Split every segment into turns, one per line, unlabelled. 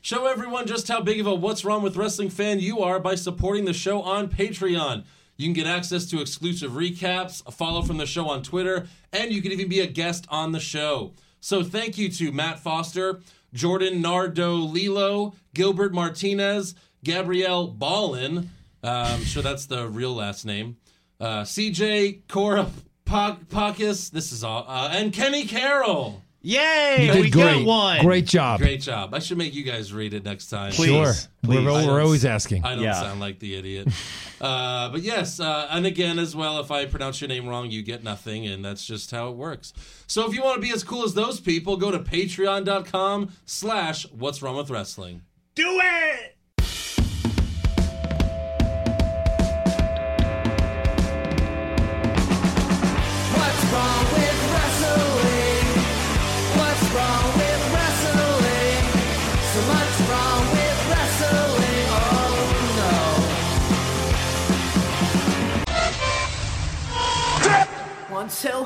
Show everyone just how big of a What's Wrong with Wrestling fan you are by supporting the show on Patreon. You can get access to exclusive recaps, a follow from the show on Twitter, and you can even be a guest on the show. So thank you to Matt Foster, Jordan Nardo Lilo, Gilbert Martinez, Gabrielle Ballin. Uh, I'm sure that's the real last name. Uh, CJ Cora Poc- Pocus. This is all. Uh, and Kenny Carroll.
Yay!
You did
we got
great.
one.
Great job.
Great job. I should make you guys read it next time.
Please.
Sure. We're,
please.
we're always asking.
I don't
Yeah.
sound like the idiot. uh, but yes, uh, and again, as well, if I pronounce your name wrong, you get nothing, and that's just how it works. So if you want to be as cool as those people, go to patreon.com slash what's wrong with wrestling.
Do it.
What's wrong with wrestling? What's wrong with wrestling? So much wrong with wrestling. Oh no. One, two.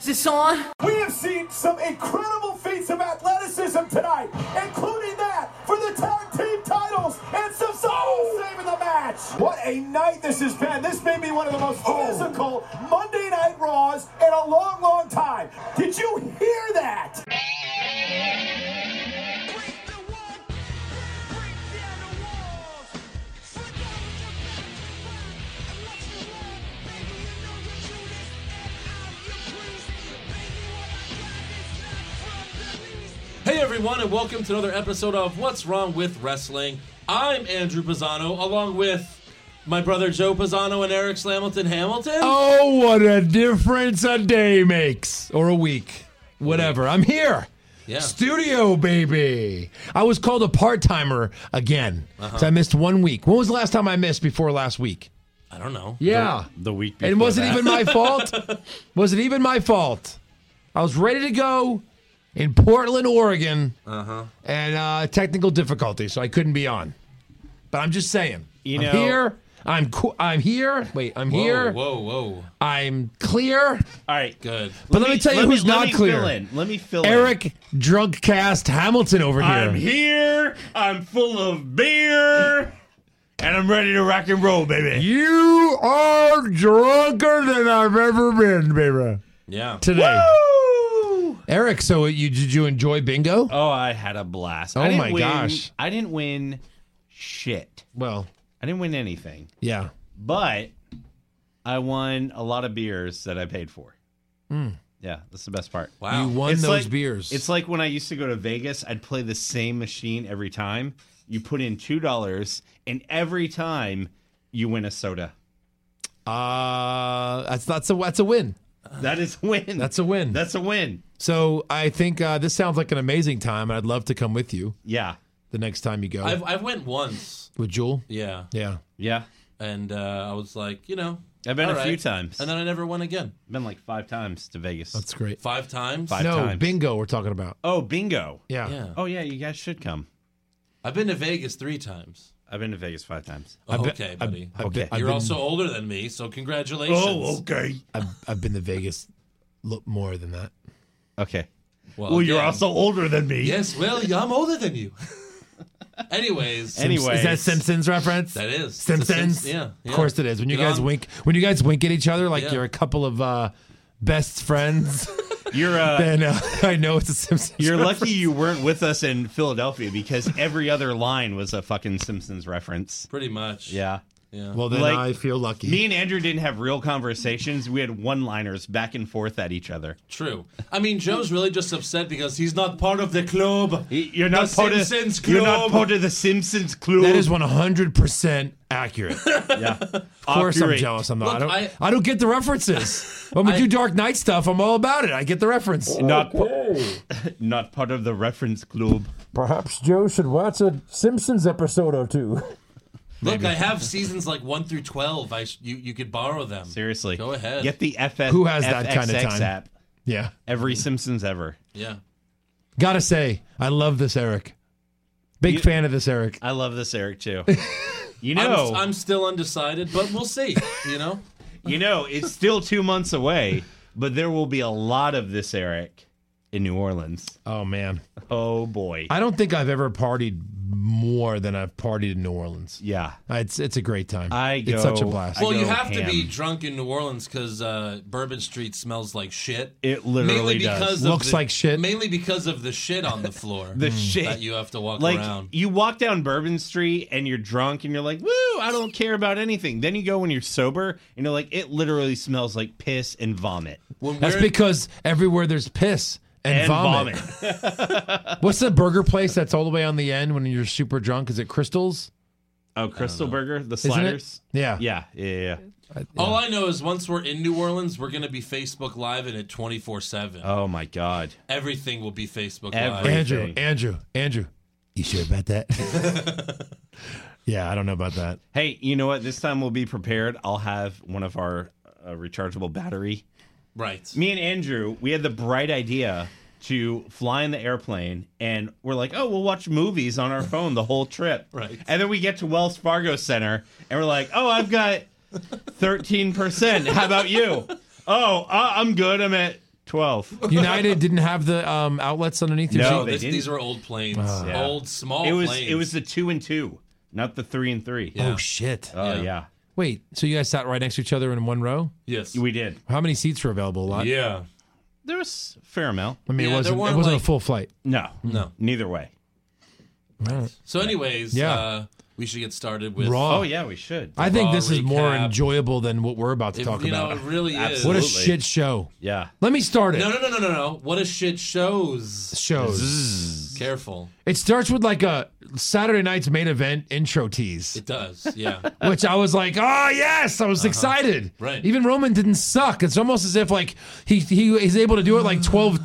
Is this on?
We have seen some incredible feats of athleticism tonight, including that for the tag team titles and some saving the match. What a night this has been. This may be one of the most
Oh.
physical Monday Night Raws in a long, long time. Did you hear that?
Hey everyone, and welcome to another episode of What's Wrong with Wrestling. I'm Andrew Pisano, along with my brother Joe Pisano and Eric Slamilton Hamilton.
Oh, what a difference a day makes or a week. Whatever. I'm here.
yeah.
Studio, baby. I was called a part timer again.
Uh-huh.
So I missed one week. When was the last time I missed before last week?
I don't know.
Yeah.
The week.
Ah. and
before
was it
that.
even my fault? was it even my fault? I was ready to go in Portland, Oregon,
Uh-huh.
and uh, technical difficulty, so I couldn't be on. But I'm just saying,
You
I'm
know-
here. I'm co- I'm here. Wait, I'm here.
Whoa, whoa, whoa.
I'm clear.
All right.
Good.
But let, me, tell you
let
who's
let
not
me
clear.
Fill in. Let me fill in.
Eric Drunk Cast Hamilton over here.
I'm here. I'm full of beer, and I'm ready to rock and roll, baby.
You are drunker than I've ever been, baby.
Yeah.
Today,
Woo!
Eric. So you did you enjoy bingo?
Oh, I had a blast. I
Oh
didn't
my
win-
gosh.
I didn't win shit.
Well,
I didn't win anything,
yeah.
but I won a lot of beers that I paid for.
Hmm.
Yeah, that's the best part.
Wow.
You won
It's
those
like-
beers.
It's like when I used to go to Vegas, I'd play the same machine every time. You put in two dollars, and every time you win a soda.
Uh, that's that's a that's a win.
That is a win.
That's a win.
That's a win.
so I think uh, this sounds like an amazing time. I'd love to come with you
Yeah.
the next time you go
I've, I've went once.
with Jewel.
Yeah.
Yeah,
Yeah.
And uh, I was like, you know.
I've been
all
a few
right.
times.
And then I never won again.
Been like five times to Vegas.
that's great.
Five times?
Five.
no
times.
bingo. We're talking about.
oh, bingo.
Yeah.
Yeah.
Oh yeah, you guys should come.
I've been to Vegas three times.
I've been to Vegas five times.
Oh,
I've been-
okay,
I've-
buddy.
I've been-
Okay.
I've
You're
been-
also older than me, so congratulations.
Oh, okay.
I've, I've been to Vegas lo- more than that.
Okay.
Well,
Well, you're
yeah.
also older than me.
Yes, well, yeah, I'm older than you. Anyways.
Anyway,
Is that Simpsons reference?
That is. It's a
Simpsons.
Simps- yeah,
Of
yeah.
course it is. When you
Get
guys
on-
wink, when you guys wink at each other like
Yeah.
you're a couple of uh, best friends,
you're uh,
then uh, I know it's a Simpsons.
you're lucky you weren't with us in Philadelphia because every other line was a fucking Simpsons reference.
Pretty much.
Yeah.
Yeah.
Well, then
Like,
I feel lucky.
Me and Andrew didn't have real conversations. We had one-liners back and forth at each other.
True. I mean, Joe's really just upset because he's not part of the club. The
You're not part
Simpsons
of you're not
Club.
part of the Simpsons Club.
that is 100% accurate.
yeah.
Of course, I'm jealous. I'm not.
Look,
I
I-
don't. I, don't get the references. when we
I-
do Dark Knight stuff, I'm all about it. I get the reference.
Not pa- not part of the reference club.
Perhaps Joe should watch a Simpsons episode or two.
Look, I have seasons like 1 through 12. I sh- you, you could borrow them.
Seriously.
Go ahead.
Get the FF
Who has that kinda
FXX
time?
app.
Yeah,
Every Simpsons ever.
Yeah.
gotta say, I love this Eric. Big
You-
fan of this Eric.
I love this Eric too. You
I'm,
know,
I'm still undecided, but we'll see. You know?
you know, it's still two months away, but there will be a lot of this Eric in New Orleans.
Oh man,
Oh boy.
I don't think I've ever partied more than I've partied in New Orleans.
yeah.
It's it's a great time.
I
it's such a
go-
blast.
I
Well, you
go
have to be
ham.
drunk in New Orleans because uh, Bourbon Street smells like shit.
It literally
mainly
does.
because of
Looks
the-
like shit.
Mainly because of the shit on the floor.
The shit.
that you have to walk
like
around.
you walk down Bourbon Street and you're drunk and you're like, "Woo, I don't care about anything." Then you go when you're sober and you're like, "It literally smells like piss and vomit."
When
That's
we're-
because everywhere there's piss and,
And
vomit.
vomit.
What's the burger place that's all the way on the end when you're super drunk? Is it Crystals?
Oh, Crystal Burger, the
Isn't
sliders.
it? Yeah.
Yeah, yeah, yeah.
all I know is once we're in New Orleans, we're gonna be Facebook Live and at twenty four seven.
Oh my god.
Everything will be Facebook
Every-
Live.
Andrew,
Everything.
Andrew, Andrew. You sure about that? yeah, I don't know about that.
Hey, you know what? This time we'll be prepared. I'll have one of our uh, rechargeable battery.
Right.
Me and Andrew, we had the bright idea to fly in the airplane, and we're like, "Oh, we'll watch movies on our phone the whole trip."
Right.
And then we get to Wells Fargo Center, and we're like, "Oh, I've got thirteen percent. How about you? Oh, I- I'm good. I'm at twelve.
United didn't have the um, outlets underneath your
No,
seat.
they
This-
didn't. Ah.
these are old planes,
Yeah.
old small
It was
planes.
it was the two and two, not the three and three.
Yeah.
Oh shit!
Oh
Yeah.
yeah.
Wait, so you guys sat right next to each other in one row?
yes.
we did.
How many seats were available? A lot.
yeah.
There was a fair amount.
I
Yeah,
mean, it
there
wasn't. It
weren't,
wasn't
like-
a full flight.
No,
No.
neither way.
So, anyways,
Yeah.
uh, we should get started with
Raw.
Oh yeah, we should.
I think
Raw
this is more
recap.
enjoyable than what we're about to
If-
talk
you
about.
know, it really is.
what a
Absolutely.
shit show!
yeah.
Let me start it.
No, no, no, no, no, no. What a shit shows.
Shows.
Careful.
It starts with like a Saturday night's main event intro tease,
It does. Yeah.
which I was like, oh yes, I was excited.
Right.
Even Roman didn't suck. It's almost as if like he he is able to do it like twelve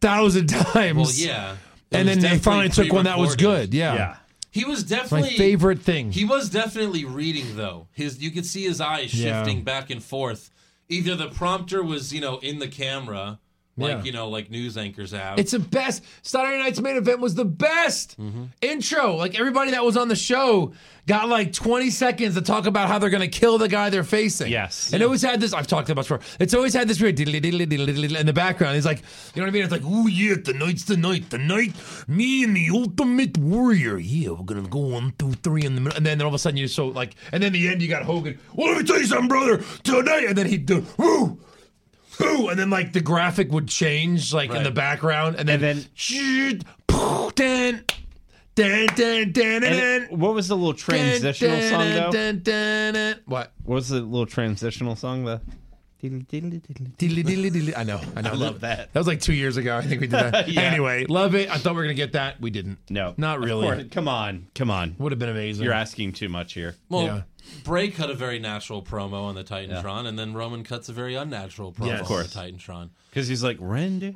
thousand times.
Mm. Well, yeah. It was
And then they
definitely
finally took one that was
pre-recorded.
good. Yeah.
Yeah.
He was
My
definitely
favorite thing.
He was definitely reading though. His you could see his eyes
Yeah.
shifting back and forth. Either the prompter was, you know, in the camera, like
Yeah.
you know, like news anchors have.
It's the best. Saturday Night's main event was the best intro. Like everybody that was on the show got like 20 seconds to talk about how they're going to kill the guy they're facing.
Yes.
And it always had this. I've talked about this before. It's always had this weird diddly diddly diddly diddly in the background. It's like, you know what I mean? It's like, oh yeah, tonight's the night. The night, me and the Ultimate Warrior. Yeah, we're gonna go one, two, three in the middle. And then all of a sudden you're so like, and then the end you got Hogan. Well, let me tell you something, brother. Tonight, and then he'd do woo. Woo! And then like the graphic would change like in
Right.
the background, and then
And then-
shoot, poof, dun, dun, dun, dun,
And
dun, dun,
it- what was the little transitional
dun,
song though?
dun, dun, dun, dun. What?
What was the little transitional song? The
Diddly, diddly, diddly. I know, I know.
love that.
That was like two years ago. I think we did that.
Yeah.
Anyway, love it. I thought we were gonna get that. We didn't.
no,
not
Of course.
really.
Come on, come on.
Would have been amazing.
You're asking too much here.
well,
yeah.
Bray cut a very natural promo on the Titantron, and then Roman cuts a very unnatural promo
Yeah, of
on
course.
the Titantron.
Because he's like Randy.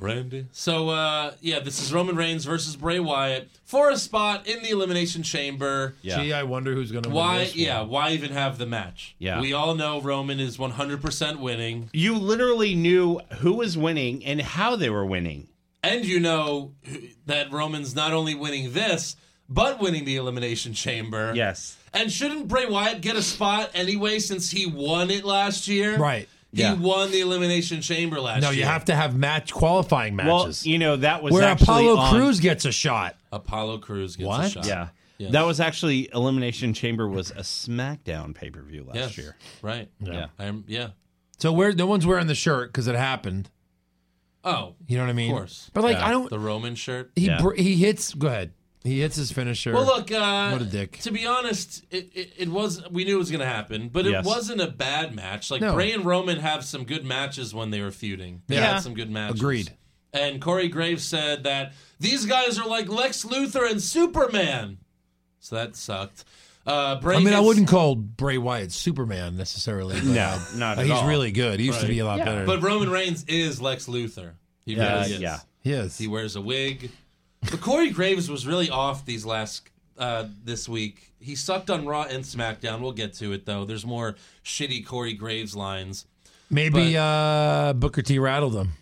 Randy. So uh, yeah, this is Roman Reigns versus Bray Wyatt for a spot in the Elimination Chamber.
Yeah.
Gee, I wonder who's gonna win
Why?
this one.
Yeah. Why even have the match?
Yeah.
We all know Roman is 100% winning,
You literally knew who was winning and how they were winning.
and you know that Roman's not only winning this, but winning the Elimination Chamber.
Yes.
And shouldn't Bray Wyatt get a spot anyway since he won it last year?
Right.
He
Yeah.
won the Elimination Chamber last
No,
year.
you have to have match qualifying
Well,
matches
you know that was
where
actually
Apollo
on-
Cruz gets a shot.
Apollo Crews gets a
What?
shot.
Yeah.
Yes.
That was actually Elimination Chamber was a SmackDown pay per view last
Yes.
year.
Right.
Yeah.
I'm, yeah.
So where no one's wearing the shirt because it happened.
Oh.
You know what I mean?
course.
But like
Yeah.
I don't.
The Roman shirt.
He
Yeah.
br- he hits. Go ahead. He hits his finisher.
Well, look. Uh,
What a dick.
To be honest, it, it, it was we knew it was going to happen, but it
Yes.
wasn't a bad match. Like
No.
Bray and Roman have some good matches when they were feuding. They
Yeah.
had some good matches.
Agreed.
And Corey Graves said that these guys are like Lex Luthor and Superman. So that sucked. Uh, Bray
I mean, I
hits-
wouldn't call Bray Wyatt Superman necessarily. but,
No,
uh,
not
uh,
at
he's
all.
really good. He used to be a lot better.
But Roman Reigns is Lex Luthor. He
Yeah,
really is.
yeah.
he is.
He wears a wig. But Corey Graves was really off these last uh, this week. He sucked on Raw and SmackDown. We'll get to it though. There's more shitty Corey Graves lines.
Maybe uh, Booker T rattled him,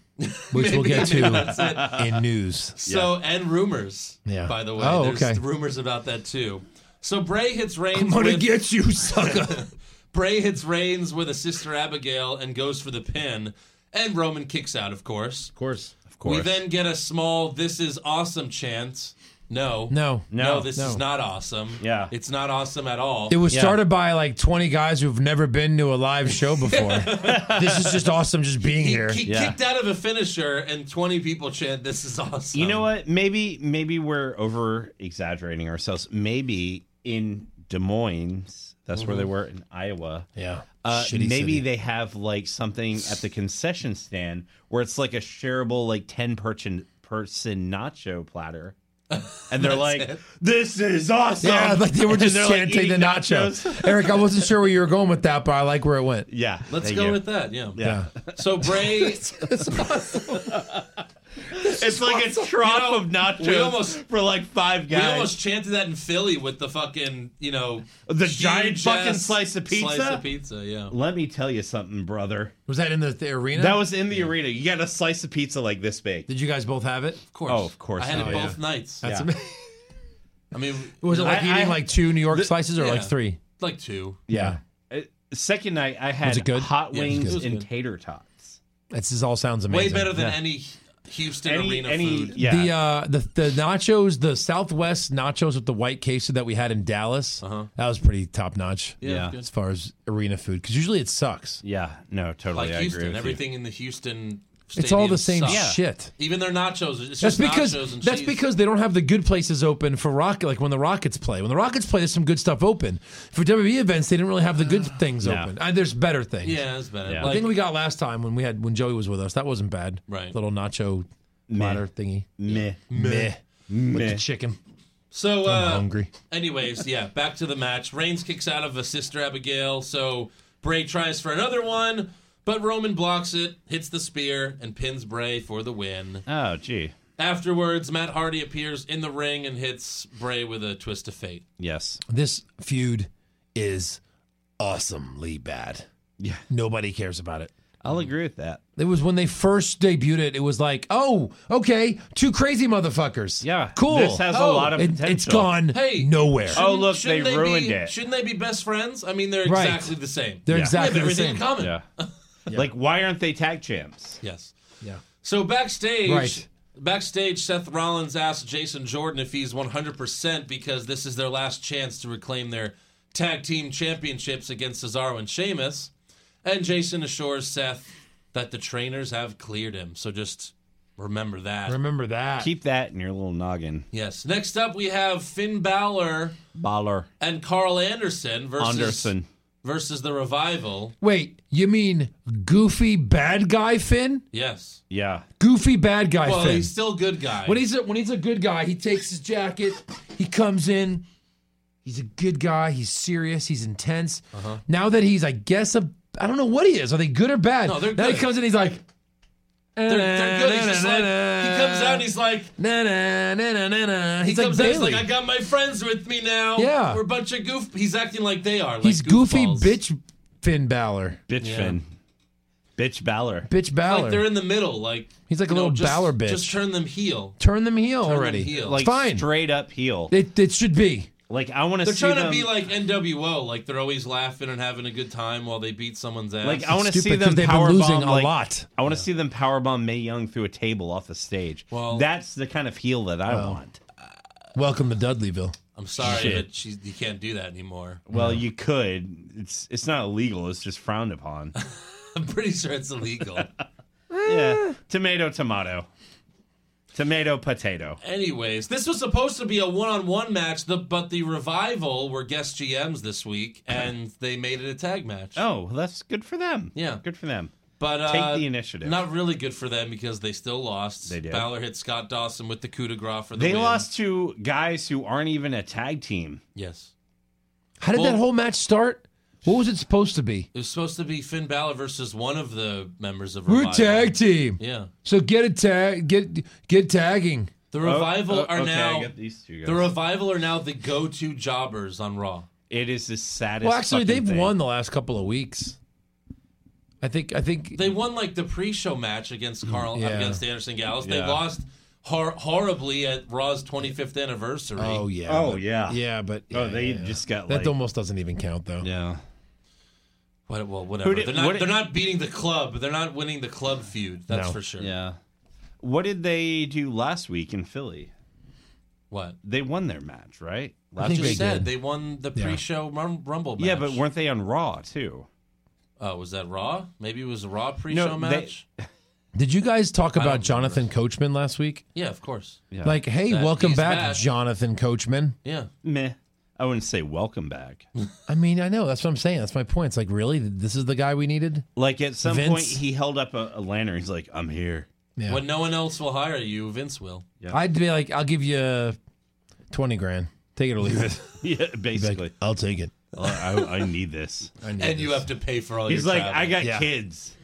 which we'll get to in news.
So and rumors.
Yeah.
By the way,
Oh,
there's
okay.
rumors about that too. So Bray hits Reigns.
I'm gonna
with,
get you, sucker.
Bray hits Reigns with a Sister Abigail and goes for the pin. And Roman kicks out, of course.
Of course. Of
We then get a small "This is awesome" chant. No,
No.
no,
No,
this
no.
is not awesome.
Yeah.
it's not awesome at all.
It was
Yeah.
started by like 20 guys who've never been to a live show before. this is just awesome just being
he,
here.
he
Yeah.
kicked out of a finisher, and twenty people chant, "This is awesome."
You know what? Maybe maybe we're over exaggerating ourselves. Maybe in Des Moines, that's where they were in Iowa.
yeah.
Uh,
Shitty
maybe
city.
they have like something at the concession stand where it's like a shareable like ten person person nacho platter, and they're like, "This is awesome!"
Yeah, like they were
And
just
they're, like,
chanting
eating
the nachos. Eric, I wasn't sure where you were going with that, but I like where it went.
Yeah,
Let's
thank
go
you.
with that. Yeah.
yeah.
So Bray,
It's like a
You
trough
know,
of nachos
we almost-
for like five
we
guys.
almost chanted that in Philly with the fucking you know
The giant
huge
fucking
ass
slice of pizza?
Slice of pizza. Yeah.
Let me tell you something, brother.
Was that in the, the arena?
That was in the arena. You got a slice of pizza like this big.
Did you guys both have it?
Of course.
Oh, of course.
I had
Oh,
it
yeah.
both nights.
Yeah.
amazing.
I mean,
Was it like
I-
eating
I-
like two New York slices or
yeah.
like three?
like two.
Yeah.
Uh, Second night, I had
it good?
hot
Yeah, it was good.
wings
It was
and
good.
tater tots.
This is all sounds
Way
amazing.
better than any Houston
Any,
arena
any,
food.
yeah.
The uh the the nachos, the Southwest nachos with the white queso that we had in Dallas,
Uh-huh.
that was pretty top notch
Yeah.
as far as arena food because usually it sucks.
Oh, yeah, no, totally.
Like
I agree
Houston,
with
everything in the Houston.
It's all
stadium
the same
sucks.
shit.
Even their nachos. It's
That's
just
because
nachos and
that's
cheese.
because they don't have the good places open for rock. Like when the Rockets play, when the Rockets play, there's some good stuff open. For WWE events, they didn't really have the good things
No.
open. Uh, there's better things.
Ah. Yeah, it's better.
Yeah.
I
Like,
think we got last time when we had when Joey was with us. That wasn't bad.
Right.
Little nacho platter thingy.
you. Meh.
Meh. With the
Meh.
chicken.
so.
I'm
Uh,
hungry.
anyways, yeah. Back to the match. Reigns kicks out of a sister Abigail. So Bray tries for another one, but Roman blocks it, hits the spear, and pins Bray for the win.
Oh, gee.
Afterwards, Matt Hardy appears in the ring and hits Bray with a twist of fate.
Yes.
This feud is awesomely bad.
Yeah.
Nobody cares about it.
I'll agree with that.
It was when they first debuted it. It was like, oh, okay, two crazy motherfuckers.
Yeah.
cool.
This has a
Oh,
lot of
It-
potential.
it's gone
Hey,
nowhere.
Oh,
Shouldn't-
look,
shouldn't
they
be-
ruined it.
Shouldn't they be best friends? I mean, they're
Right.
exactly the same.
They're
Yeah.
They have
exactly the
everything
same.
in common.
Yeah. Like, why aren't they tag champs?
Yes.
Yeah.
So backstage,
Right.
backstage, Seth Rollins asked Jason Jordan if he's 100% because this is their last chance to reclaim their tag team championships against Cesaro and Sheamus. And Jason assures Seth that the trainers have cleared him. So just remember that.
Remember that.
Keep that in your little noggin.
yes. Next up, we have Finn Balor
Baller.
and Carl Anderson versus
Anderson.
versus the Revival.
Wait, you mean goofy bad guy Finn?
Yes.
Yeah.
Goofy bad guy
Well,
Finn.
he's still good guy.
when he's a, when he's a good guy, he takes his jacket, he comes in. He's a good guy. He's serious. He's intense.
Uh-huh.
Now that he's, I guess, a I don't know what he is. Are they good or bad?
No, they're
now
good.
he comes in. He's like,
they're, they're good. He's just like he comes out and he's like
na na na na na na. He's
he
like
comes out, he's
Bailey.
like, I got my friends with me now.
Yeah.
We're a bunch of goof he's acting like they are. Like
he's goofy
goofballs.
bitch Finn Balor.
Bitch Finn. Bitch Balor.
Bitch Balor.
Like they're in the middle. Like
He's like a
you know,
little
just,
Balor bitch.
Just turn them heel.
Turn them heel
them
already.
heel.
Like
It's fine.
straight up heel.
It it should be.
Like I want to
They're
see
trying
them.
to be like NWO, like they're always laughing and having a good time while they beat someone's ass.
Like, I want to
Stupid,
see them
'cause they've been
powerbomb,
losing a
like,
lot.
I want to see them powerbomb May Young through a table off the stage.
Well-
that's the kind of heel that I want.
Welcome to Dudleyville.
I'm sorry,
Shit.
but she's, you can't do that anymore.
Well, you could. It's it's not illegal. It's just frowned upon.
I'm pretty sure it's illegal.
yeah. Tomato, tomato. Tomato, potato.
Anyways, this was supposed to be a one-on-one match, the, but the revival were guest GMs this week, and they made it a tag match.
Oh, well, that's good for them.
Yeah.
good for them.
but uh,
Take the initiative.
Not really good for them because they still lost.
They did.
Balor hit Scott Dawson with the coup de grace for the
They
win.
lost to guys who aren't even a tag team.
Yes,
How did
Well-
that whole match start? What was it supposed to be?
it was supposed to be Finn Balor versus one of the members of
We're
revival.
tag team.
Yeah,
So get a tag. Get get tagging.
the revival
Oh, oh,
are
okay, I
now
got these two guys.
the revival are now the go-to jobbers on Raw.
it is the saddest.
Well, actually,
fucking
they've
thing.
won the last couple of weeks. I think. I think.
They won like the pre-show match against Carl
Yeah.
against Anderson Gallows. They
Hmm, Yeah.
lost hor- horribly at Raw's 25th anniversary.
oh yeah.
Oh
but-
yeah.
Yeah, but
Oh, they
yeah, yeah.
just got
that
like
almost doesn't even count though.
yeah.
What, well, whatever.
did-
they're, not,
what did-
they're not beating the club. They're not winning the club feud. That's
No.
for sure.
Yeah. What did they do last week in Philly?
What?
They won their match, right?
I
Last
just
think they
said
did.
they won the
Yeah.
pre-show rum, Rumble match.
Yeah, but weren't they on Raw too?
oh, was that Raw? Maybe it was a Raw pre-show
they-
match.
Did you guys talk
don't
about
remember.
Jonathan Coachman last week?
Yeah, of course.
Yeah.
Like, hey,
That
welcome
he's
back,
back.
Jonathan Coachman.
Yeah,
meh. I wouldn't say welcome back.
I mean, I know that's what I'm saying. That's my point. It's like, really, this is the guy we needed.
Like at some
Vince-
point he held up a, a lantern. He's like, "I'm here."
Yeah.
When no one else will hire you, Vince will.
I'd be like, I'll give you twenty grand. Take it or leave it.
Yeah, basically.
Like, I'll take it.
"Oh, I, I need this.
I need
And you
this.
have to pay for all
He's
your
like,
travel.
"I got
Yeah.
kids.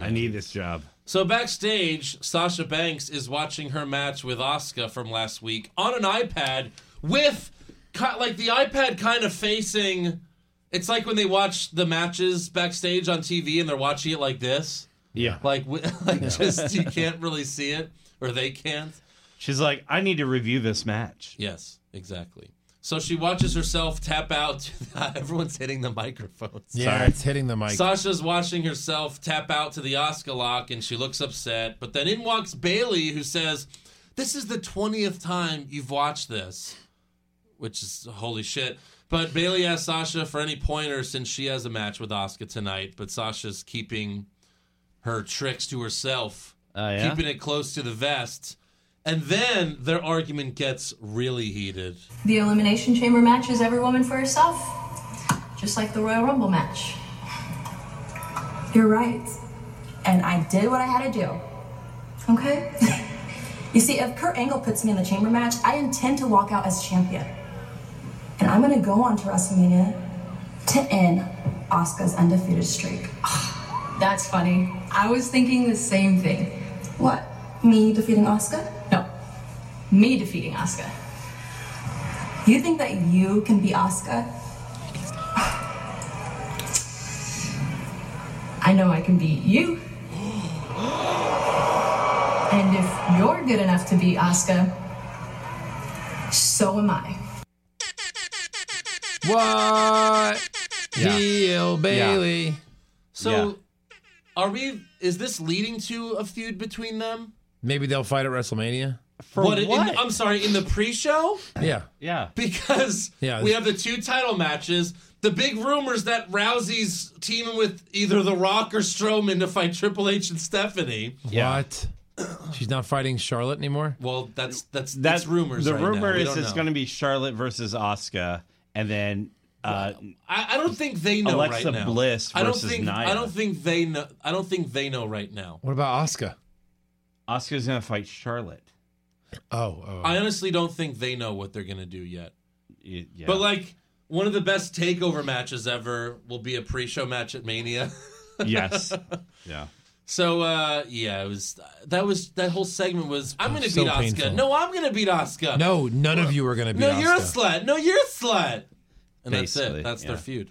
I need this job."
So backstage, Sasha Banks is watching her match with Asuka from last week on an iPad with ki- like the iPad kind of facing it's like when they watch the matches backstage on TV and they're watching it like this.
Yeah.
Like wi- like just you can't really see it or they can't.
She's like, "I need to review this match."
Yes, exactly. So she watches herself tap out. Everyone's hitting the microphones.
Yeah,
Sorry.
it's hitting the mic.
Sasha's watching herself tap out to the Oscar lock and she looks upset. But then in walks Bailey who says, This is the 20th time you've watched this, which is holy shit. But Bailey asks Sasha for any pointers since she has a match with Oscar tonight. But Sasha's keeping her tricks to herself,
Oh, yeah?
keeping it close to the vest. And then their argument gets really heated.
The Elimination Chamber match is every woman for herself, just like the Royal Rumble match.
You're right. And I did what I had to do. Okay? you see, if Kurt Angle puts me in the chamber match, I intend to walk out as champion. And I'm gonna go on to WrestleMania to end Asuka's undefeated streak.
That's funny. I was thinking the same thing.
What? Me defeating Asuka?
No, me defeating Asuka.
You think that you can be Asuka?
I know I can beat you. And if you're good enough to beat Asuka, so am I.
what? Heel Bailey.
So
Yeah.
are we is this leading to a feud between them?
Maybe they'll fight at WrestleMania.
For
What?
what?
in- I'm sorry, in the pre-show
Yeah.
yeah.
because
Yeah,
we
this-
have the two title matches. The big rumors that Rousey's teaming with either The Rock or Strowman to fight Triple H and Stephanie.
Yeah.
What? She's not fighting Charlotte anymore.
Well, that's that's that's
That's
it's rumors.
The
right
rumor
now. We
is
don't
it's
know.
going to be Charlotte versus Oscar, and then uh,
I, I don't think they know right
Alexa
now.
Bliss
I don't
versus
think
Nia.
I don't think they know. I don't think they know right now.
What about Oscar?
Oscar's going to fight Charlotte.
Oh, oh.
I honestly don't think they know what they're going to do yet.
Y- Yeah.
But like one of the best takeover matches ever will be a pre-show match at Mania.
yes, yeah.
So uh, yeah, it was that was that whole segment was I'm gonna
so
beat Oscar.
painful.
No, I'm gonna beat Oscar.
no, none of you are going to be.
no,
Asuka.
you're a slut. No, you're a slut. And that's
Basically,
it. That's their
yeah.
feud.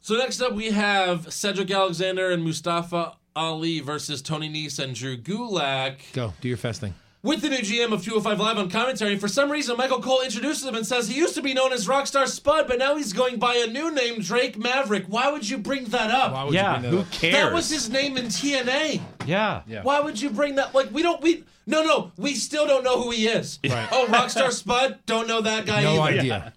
So next up we have Cedric Alexander and Mustafa Ali versus Tony Nese and Drew Gulak
Go do your festing.
with the new GM of 205 Live on commentary. For some reason, Michael Cole introduces him and says he used to be known as Rockstar Spud, but now he's going by a new name, Drake Maverick. Why would you bring that up?
Why would
Yeah.
you bring that
Who
up?
cares?
that was his name in TNA.
Yeah.
Yeah.
Why would you bring that? Like, we don't. We no, no. We still don't know who he is.
Right.
Oh, Rockstar Spud. Don't know that guy
No
either.
idea.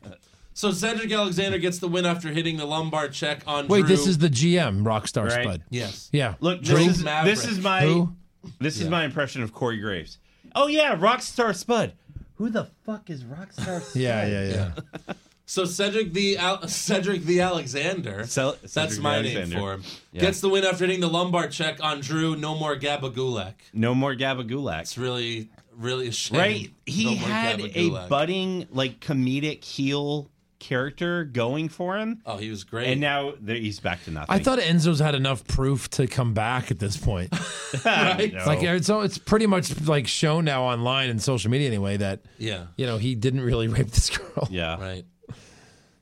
So Cedric Alexander gets the win after hitting the lumbar check on.
Wait,
Drew.
this is the GM, Rockstar
Right.
Spud.
yes.
Yeah.
Look, this
Drake
is
Maverick.
this is my
Who?
this is my impression of Corey Graves. Oh yeah, Rockstar Spud. Who the fuck is Rockstar Spud?
Yeah, yeah, yeah.
So Cedric the Al- Cedric the Alexander.
Cel-
that's
Cedric
my
Alexander.
name for him.
Yeah.
Gets the win after hitting the lumbar check on Drew. No more Gabagulak.
No more Gabba Gulak.
It's really, really a shame.
Right? He
No more
had
Gabagulak.
a budding like comedic heel character going for him,
Oh, he was great.
and now there, he's back to nothing.
I thought Enzo's had enough proof to come back at this point.
right?
No.
Like it's it's pretty much like shown now online and social media anyway that
Yeah.
you know he didn't really rape this girl.
yeah.
Right.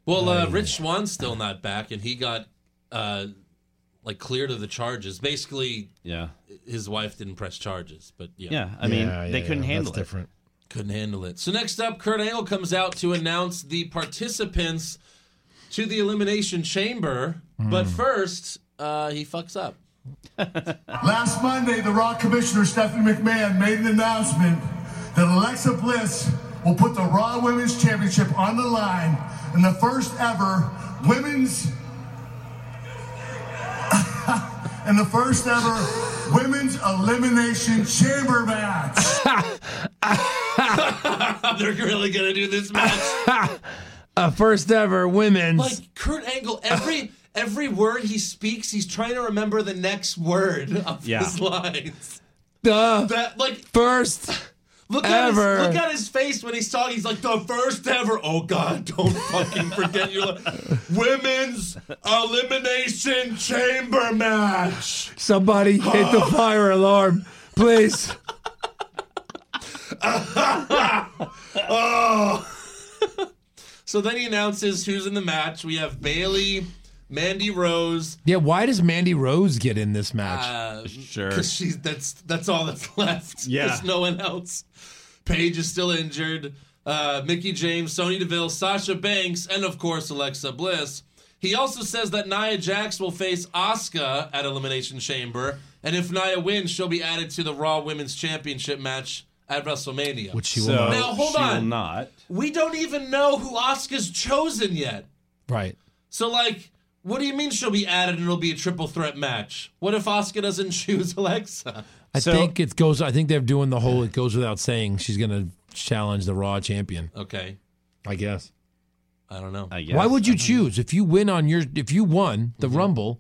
Well, uh, Rich Swan's still not back, and he got uh, like cleared of the charges. Basically,
Yeah.
his wife didn't press charges, but yeah,
Yeah. I mean,
Yeah,
they
yeah,
couldn't
yeah,
handle
that's
it.
Different.
couldn't handle it. So next up, Kurt Angle comes out to announce the participants to the Elimination Chamber. But first, uh, he fucks up.
Last Monday, the Raw Commissioner Stephanie McMahon made an announcement that Alexa Bliss will put the Raw Women's Championship on the line in the first ever women's in the first ever women's elimination chamber match.
They're really gonna do this match.
A first ever women's.
like Kurt Angle, every every word he speaks, he's trying to remember the next word of
Yeah.
his lines.
the
That like
first.
look
Ever.
at his, look at his face when he's talking. He's like the first ever. Oh God, don't fucking forget your li- women's elimination chamber match.
Somebody hit the fire alarm, please.
So then he announces who's in the match. We have Bailey, Mandy Rose.
Yeah, why does Mandy Rose get in this match?
Uh,
Sure.
Because she's that's that's all that's left.
Yeah.
There's no one else. Paige is still injured. Uh, Mickey James, Sonya Deville, Sasha Banks, and of course Alexa Bliss. He also says that Nia Jax will face Asuka at Elimination Chamber, and if Nia wins, she'll be added to the Raw Women's Championship match at WrestleMania.
Which she
So
will not.
Now, hold
she
on.
will not.
we don't even know who Asuka's chosen yet.
Right.
So like, what do you mean she'll be added and it'll be a triple threat match? What if Asuka doesn't choose Alexa?
I
So-
think it goes. I think they're doing the whole. It goes without saying. She's gonna challenge the Raw champion.
Okay,
I guess.
I don't know.
I guess.
Why would you choose if you win on your if you won the Rumble,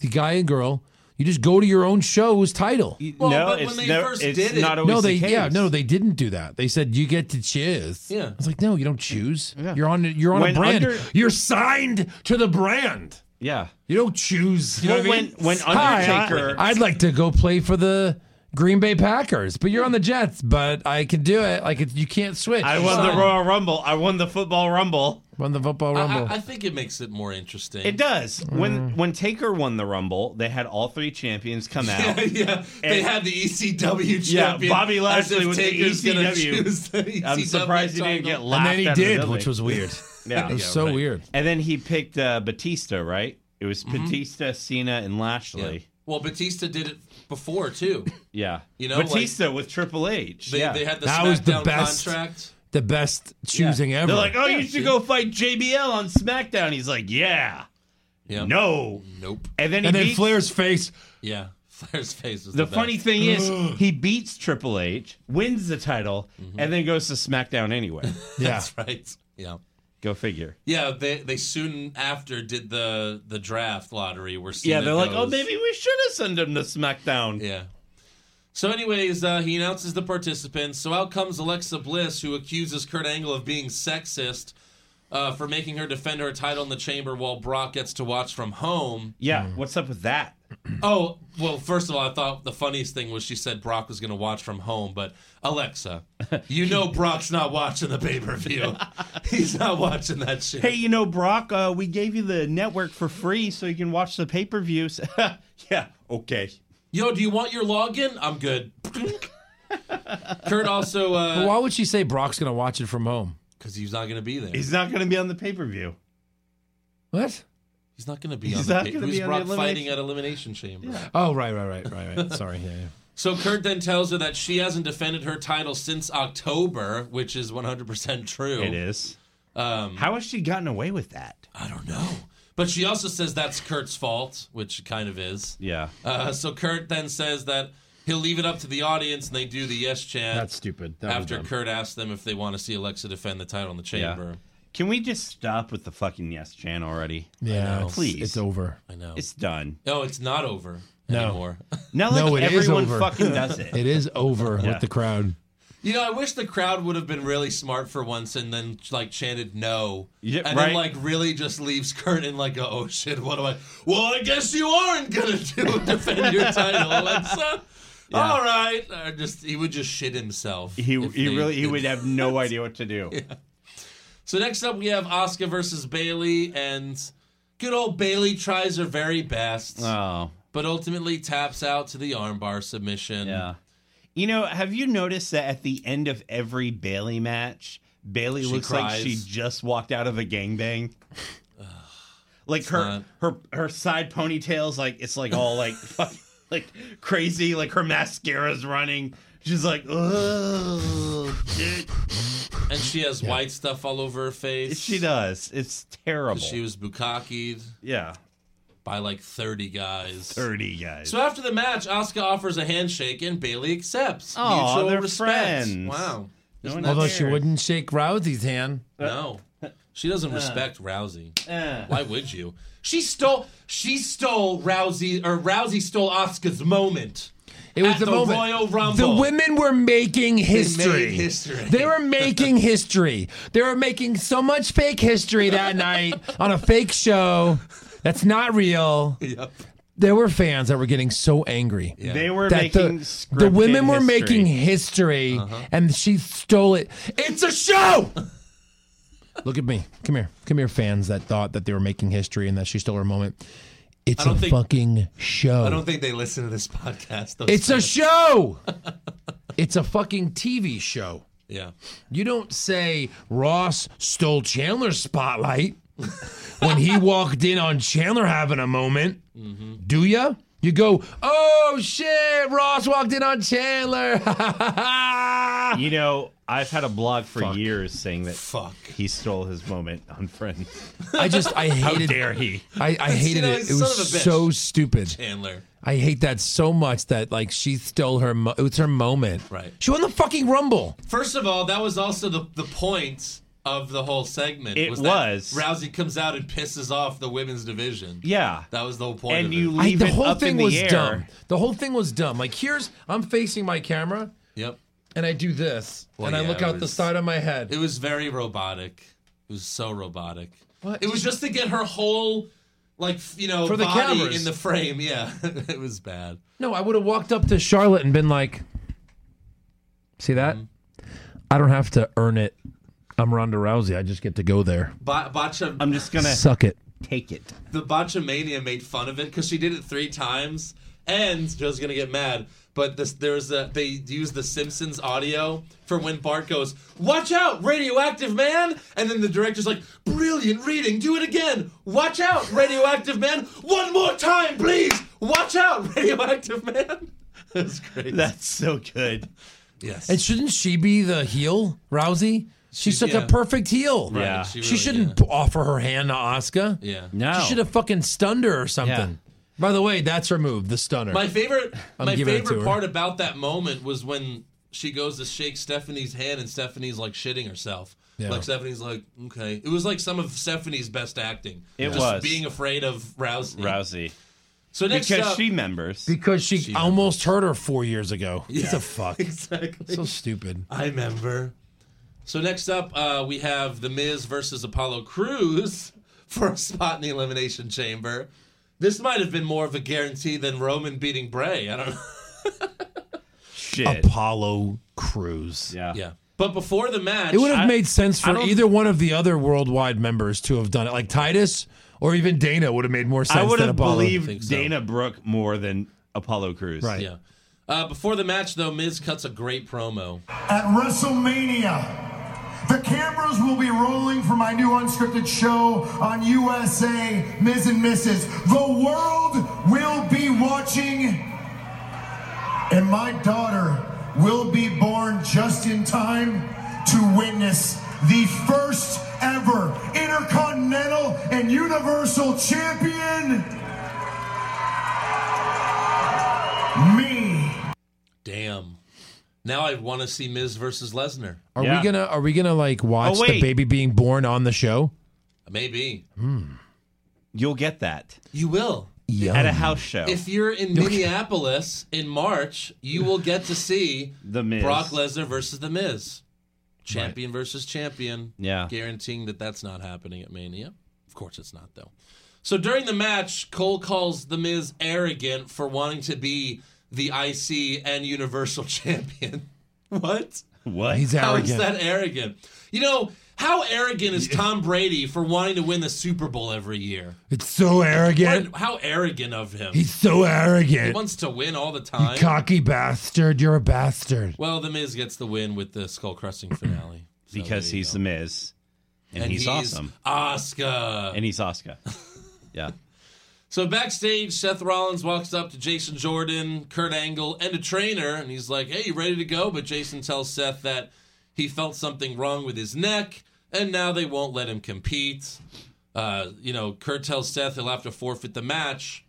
the guy and girl? You just go to your own show's title.
Well,
no,
but when
it's,
they
no-
first
it's
did it-
not always
No, they
the case.
yeah no they didn't do that. They said you get to choose.
Yeah.
I was like, no, you don't choose. You're on you're on
When
a brand.
under-
you're signed to the brand.
yeah.
You don't choose. You know
Well,
what I mean?
when when
Hi,
Undertaker,
I, would like to go play for the Green Bay Packers, but you're on the Jets. But I can do it. Like it, you can't switch.
I, won the Royal Rumble. I won the football Rumble.
won the football
I-
rumble.
I, I think it makes it more interesting.
It does.
Mm.
When when Taker won the Rumble, they had all three champions come out.
yeah, yeah. they
And-
had the ECW
Yeah,
champion.
Bobby
as
Lashley
if
with the
Taker's gonna
ECW.
choose the ECW
I'm surprised he didn't get
title.
laughed.
and then he
out of the
did,
building.
which was weird.
yeah,
It was
yeah,
so
right.
weird.
And then he picked uh, Batista, right? It was
Mm-hmm.
Batista, Cena, and Lashley.
Well, Batista did it before too.
Yeah,
You know, like-
Batista with Triple H.
They,
yeah.
they had the
That
SmackDown
was the best.
contract.
The best choosing ever.
They're like, oh, you should go fight JBL on SmackDown. He's like, yeah,
Yeah.
no.
Nope.
And then he
and then
beats-
Flair's face.
Yeah. Flair's face was
The,
the,
funny
best.
thing is, he beats Triple H, wins the title, and then goes to SmackDown anyway.
Yeah.
right? Yeah.
Go figure.
Yeah, they they soon after did the the draft lottery where Cena
Yeah, they're like, oh,
goes-
maybe we should have sent him to SmackDown.
yeah. So, anyways, uh, he announces the participants. So out comes Alexa Bliss, who accuses Kurt Angle of being sexist uh, for making her defend her title in the chamber while Brock gets to watch from home.
Yeah, what's up with that?
Oh, well, first of all, I thought the funniest thing was she said Brock was going to watch from home, but Alexa, you know Brock's not watching the pay per view. He's not watching that shit.
Hey, you know, Brock, uh, we gave you the network for free so you can watch the pay per views. yeah, okay.
Yo, do you want your login? I'm good. Kurt also,
But
uh
why would she say Brock's gonna watch it from home?
'cause he's not going to be there.
He's not going to be on the pay per view.
What?
He's not going to be
He's
on the
not
pay-
gonna
Who's
be on the
Brock fighting
elimination-
at Elimination Chamber?
Oh right, right, right, right, right. Sorry. Yeah, yeah.
So Kurt then tells her that she hasn't defended her title since October, which is 100% true.
It is.
Um,
How has she gotten away with that?
I don't know. But she also says that's Kurt's fault, which it kind of is.
Yeah.
Uh, so Kurt then says that he'll leave it up to the audience and they do the yes chant
That's stupid. That was
after
dumb.
Kurt asks them if they want to see Alexa defend the title in the chamber.
Can we just stop with the fucking yes chant already?
yeah, it's-
Please.
it's over.
I know.
It's done.
No, Oh, it's not over
No.
anymore.
Now like
No, it is
everyone
over.
fucking does it.
It is over with the crowd.
you know, I wish the crowd would have been really smart for once and then like chanted no,
Yeah,
and
right.
then like really just leaves Kurt in like, a, oh shit, what do I? Well, I guess you aren't gonna do defend your title, Alexa. All right, or just he would just shit himself.
he
if
he
they
really he
did
would have no idea what to do.
So next up we have Oscar versus Bailey, and good old Bailey tries her very best,
Oh,
but ultimately taps out to the armbar submission.
yeah. You know, have you noticed that at the end of every Bailey match, Bailey looks like she
cries.
just walked out of a gangbang? Like her
not.
her her side ponytails like it's like all like fuck, like crazy. Like her mascara's running. She's like, oh, dude.
and she has white stuff all over her face.
she does. It's terrible.
She was bukakied
yeah,
by like 30 guys.
dirty guys.
So after the match, Asuka offers a handshake and Bailey accepts.
Aw,
Mutual
they're
respect.
friends.
Wow.
No
Isn't
one
that-
Although
else
she
cares.
wouldn't shake Rousey's hand.
no. She
uh,
doesn't respect Rousey.
Eh.
Why would you? She stole. She stole Rousey, or Rousey stole Oscar's moment.
It was
At
the,
the
moment.
Royal Rumble.
The women were making history.
history.
They were making history. They were making so much fake history that night on a fake show that's not real.
Yep.
There were fans that were getting so angry.
They were
That
making
the, the women
scripted
were
history.
making history and she stole it. It's a show. Look at me. Come here. Come here, fans that thought that they were making history and that she stole her moment. It's a
don't think-
fucking show.
I don't think they listen to this podcast. those
It's a
fans.
show. it's a fucking TV show.
yeah.
You don't say Ross stole Chandler's spotlight when he walked in on Chandler having a moment, do ya? You go, oh shit, Ross walked in on Chandler.
You know, I've had a blog for years saying that
Fuck.
he stole his moment on Friends.
I just, I hated.
dare he?
I, I hated
know,
it. It
son of a
was
bitch.
so stupid.
Chandler.
I hate that so much that like she stole her. Mo- it was her moment.
Right.
She won the fucking Rumble.
First of all, that was also the the point of the whole segment.
It
that
was.
Rousey comes out and pisses off the women's division.
Yeah.
That was the whole point.
and
of
you
It.
leave
I, the
it
whole
up
thing
in the
was
air.
dumb. The whole thing was dumb. Like here's, I'm facing my camera
Yep.
and I do this, and I
yeah,
look
it
out the
was-
side of my head.
It was very robotic. It was so robotic.
What?
It was just to get her whole, like f- you know,
For the
body
cameras.
in the frame. Yeah, it was bad.
no, I would have walked up to Charlotte and been like, "See that? I don't have to earn it. I'm Ronda Rousey. I just get to go there.
Ba- Botcha,
I'm just gonna
Suck it."
take it.
the Botchamania made fun of it because she did it three times, and Joe's gonna get mad. But this, there's a they use the Simpsons audio from when Bart goes, "Watch out, radioactive man!" and then the director's like, "Brilliant reading, do it again. Watch out, radioactive man, one more time, please. Watch out, radioactive man." That's great.
That's so good.
yes.
And shouldn't she be the heel, Rousey? She's such
yeah.
a perfect heel.
Right,
Yeah.
She
really-
shouldn't p- offer her hand to Oscar.
Yeah. yeah.
No.
She should have fucking stunned her or something.
Yeah.
By the way, that's her move, the stunner.
My favorite, my
giving it to
favorite
her.
part about that moment was when she goes to shake Stephanie's hand and Stephanie's like shitting herself.
Yeah.
Like Stephanie's like, okay, it was like some of Stephanie's best acting.
It
Just
was.
being afraid of Rousey.
Rousey.
So next
Because
up,
she members.
because she, almost hurt her four years ago. It's a fuck.
exactly.
so stupid.
I remember. So next up, uh, we have The Miz versus Apollo Cruz for a spot in the Elimination Chamber. This might have been more of a guarantee than Roman beating Bray. I don't know.
Shit.
Apollo Cruz.
yeah.
Yeah. But before the match,
It would have
I-
made sense
I
for
don't-
either one of the other worldwide members to have done it, like Titus or even Dana would have made more sense.
I would
than
have
Apollo.
believed
so.
Dana Brooke more than Apollo Cruz.
Right.
Yeah. Uh, before the match, though, Miz cuts a great promo.
At WrestleMania, the cameras will be rolling for my new unscripted show on USA, Ms. and Mrs. The world will be watching, and my daughter will be born just in time to witness the first ever Intercontinental and Universal Champion, me.
Damn. Now I want to see Miz versus Lesnar.
Are
Yeah.
we gonna Are we gonna like watch
Oh,
the
wait.
baby being born on the show?
Maybe.
You'll get that
You will.
Oh
at a house show.
If you're in Minneapolis in March, you will get to see
the Miz.
Brock Lesnar versus The Miz. Champion versus champion.
Yeah.
Guaranteeing that that's not happening at Mania. Of course it's not, though. So during the match, Cole calls The Miz arrogant for wanting to be the IC and Universal Champion. what?
what?
He's
How is
arrogant.
that arrogant? You know, how arrogant is Tom Brady for wanting to win the Super Bowl every year?
It's so arrogant.
What- how arrogant of him. He
He's so arrogant.
wants to win all the time.
Cocky bastard. You're a bastard.
well, The Miz gets the win with the skull crushing finale. So
because
there you
he's
go.
the Miz, and, he's, awesome,
Oscar.
and he's Oscar. Yeah.
So backstage, Seth Rollins walks up to Jason Jordan, Kurt Angle, and a trainer, and he's like, "Hey, you ready to go?" But Jason tells Seth that he felt something wrong with his neck, and now they won't let him compete. Uh, you know, Kurt tells Seth he'll have to forfeit the match.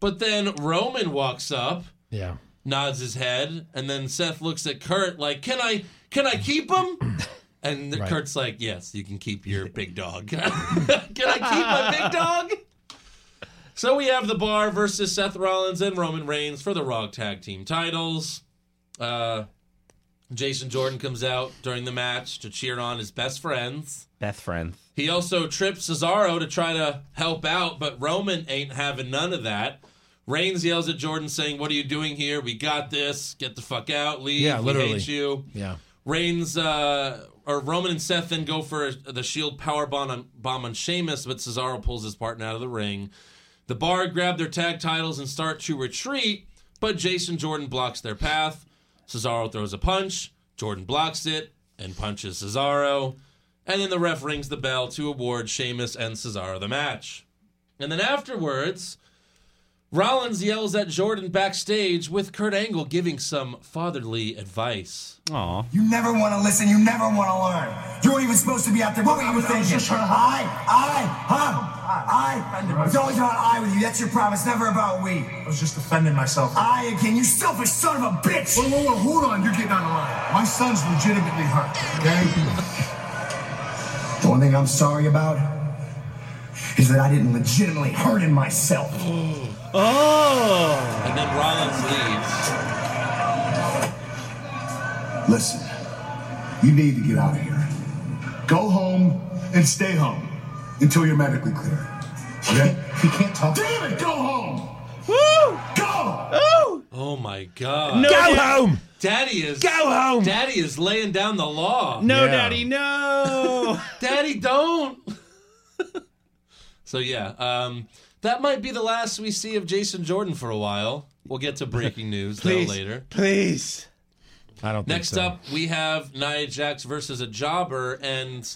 But then Roman walks up,
Yeah.
nods his head, and then Seth looks at Kurt like, "Can I? Can I keep him?" And
Right.
Kurt's like, "Yes, you can keep your big dog. can I keep my big dog?" So we have the Bar versus Seth Rollins and Roman Reigns for the Raw Tag Team titles. Uh, Jason Jordan comes out during the match to cheer on his best friends.
Beth friend.
He also trips Cesaro to try to help out, but Roman ain't having none of that. Reigns yells at Jordan, saying, "What are you doing here? We got this. Get the fuck out. Leave.
Yeah,
We
literally.
hate you."
Yeah.
Reigns uh, or Roman and Seth then go for the Shield power bomb on, bomb on Sheamus, but Cesaro pulls his partner out of the ring. The Bar grab their tag titles and start to retreat, but Jason Jordan blocks their path. Cesaro throws a punch. Jordan blocks it and punches Cesaro, and then the ref rings the bell to award Sheamus and Cesaro the match. And then afterwards, Rollins yells at Jordan backstage with Kurt Angle giving some fatherly advice.
Aw.
You never want to listen. You never want to learn. You weren't even supposed to be out there. What were you thinking? I was just trying to hide. I, huh? I. It's always about I with you. That's your problem. It's never about we.
I was just defending myself.
I again. You selfish son of a bitch.
Whoa, whoa, whoa, hold on. You're getting out of line. My son's legitimately hurt, okay?
The one thing I'm sorry about is that I didn't legitimately hurt him myself.
Oh.
And then Rollins leaves.
Listen, you need to get out of here. Go home and stay home until you're medically clear. Okay?
He can't talk.
Damn it, go home!
Woo!
Go!
Oh!
Oh my god.
No,
Go
da-
home.
Daddy is
Go home.
Daddy is laying down the law.
No,
Yeah.
daddy, no.
Daddy don't. so yeah, um that might be the last we see of Jason Jordan for a while. We'll get to breaking news though
Please.
later.
Please.
I don't think
Next
so.
up, we have Nia Jax versus a jobber and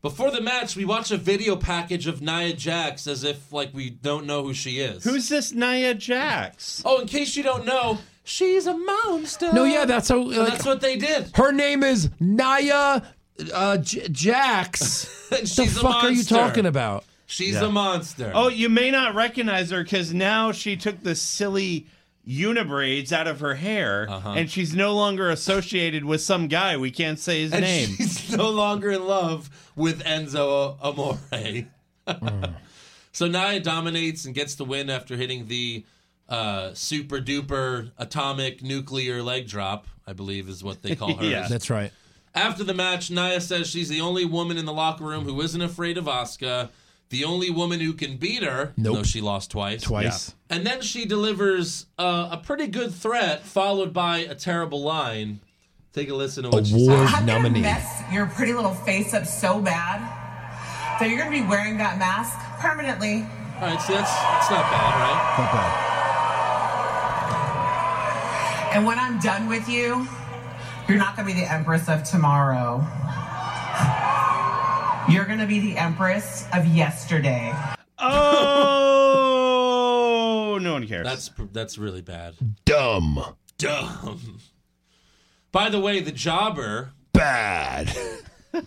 before the match, we watch a video package of Nia Jax as if like we don't know who she is.
Who's this Nia Jax?
Oh, in case you don't know, she's a monster.
No, yeah, that's how. Like,
that's what they did.
her name is Naya uh, J- Jax.
And
the
she's a
fuck are you
monster.
talking about?
She's
Yeah.
a monster.
Oh, you may not recognize her because now she took the silly unibraids out of her hair,
Uh-huh.
and she's no longer associated with some guy. We can't say his
and
name.
she's no longer in love with Enzo Amore.
Mm.
so Naya dominates and gets the win after hitting the uh, super duper atomic nuclear leg drop. I believe is what they call hers.
Yeah.
That's right.
After the match, Naya says she's the only woman in the locker room who isn't afraid of Asuka, the only woman who can beat her.
Nope.
Though she lost twice.
Twice.
And then she delivers uh, a pretty good threat, followed by a terrible line. Take a listen to what she said.
Award
I'm gonna
nominee.
mess your pretty little face up so bad that you're gonna be wearing that mask permanently.
All right, so that's, that's not bad, right?
Not bad.
And when I'm done with you, you're not gonna be the Empress of tomorrow. You're gonna be the Empress of yesterday.
Oh, no one cares.
That's pr- that's really bad.
Dumb.
Dumb. By the way, the jobber,
Bad.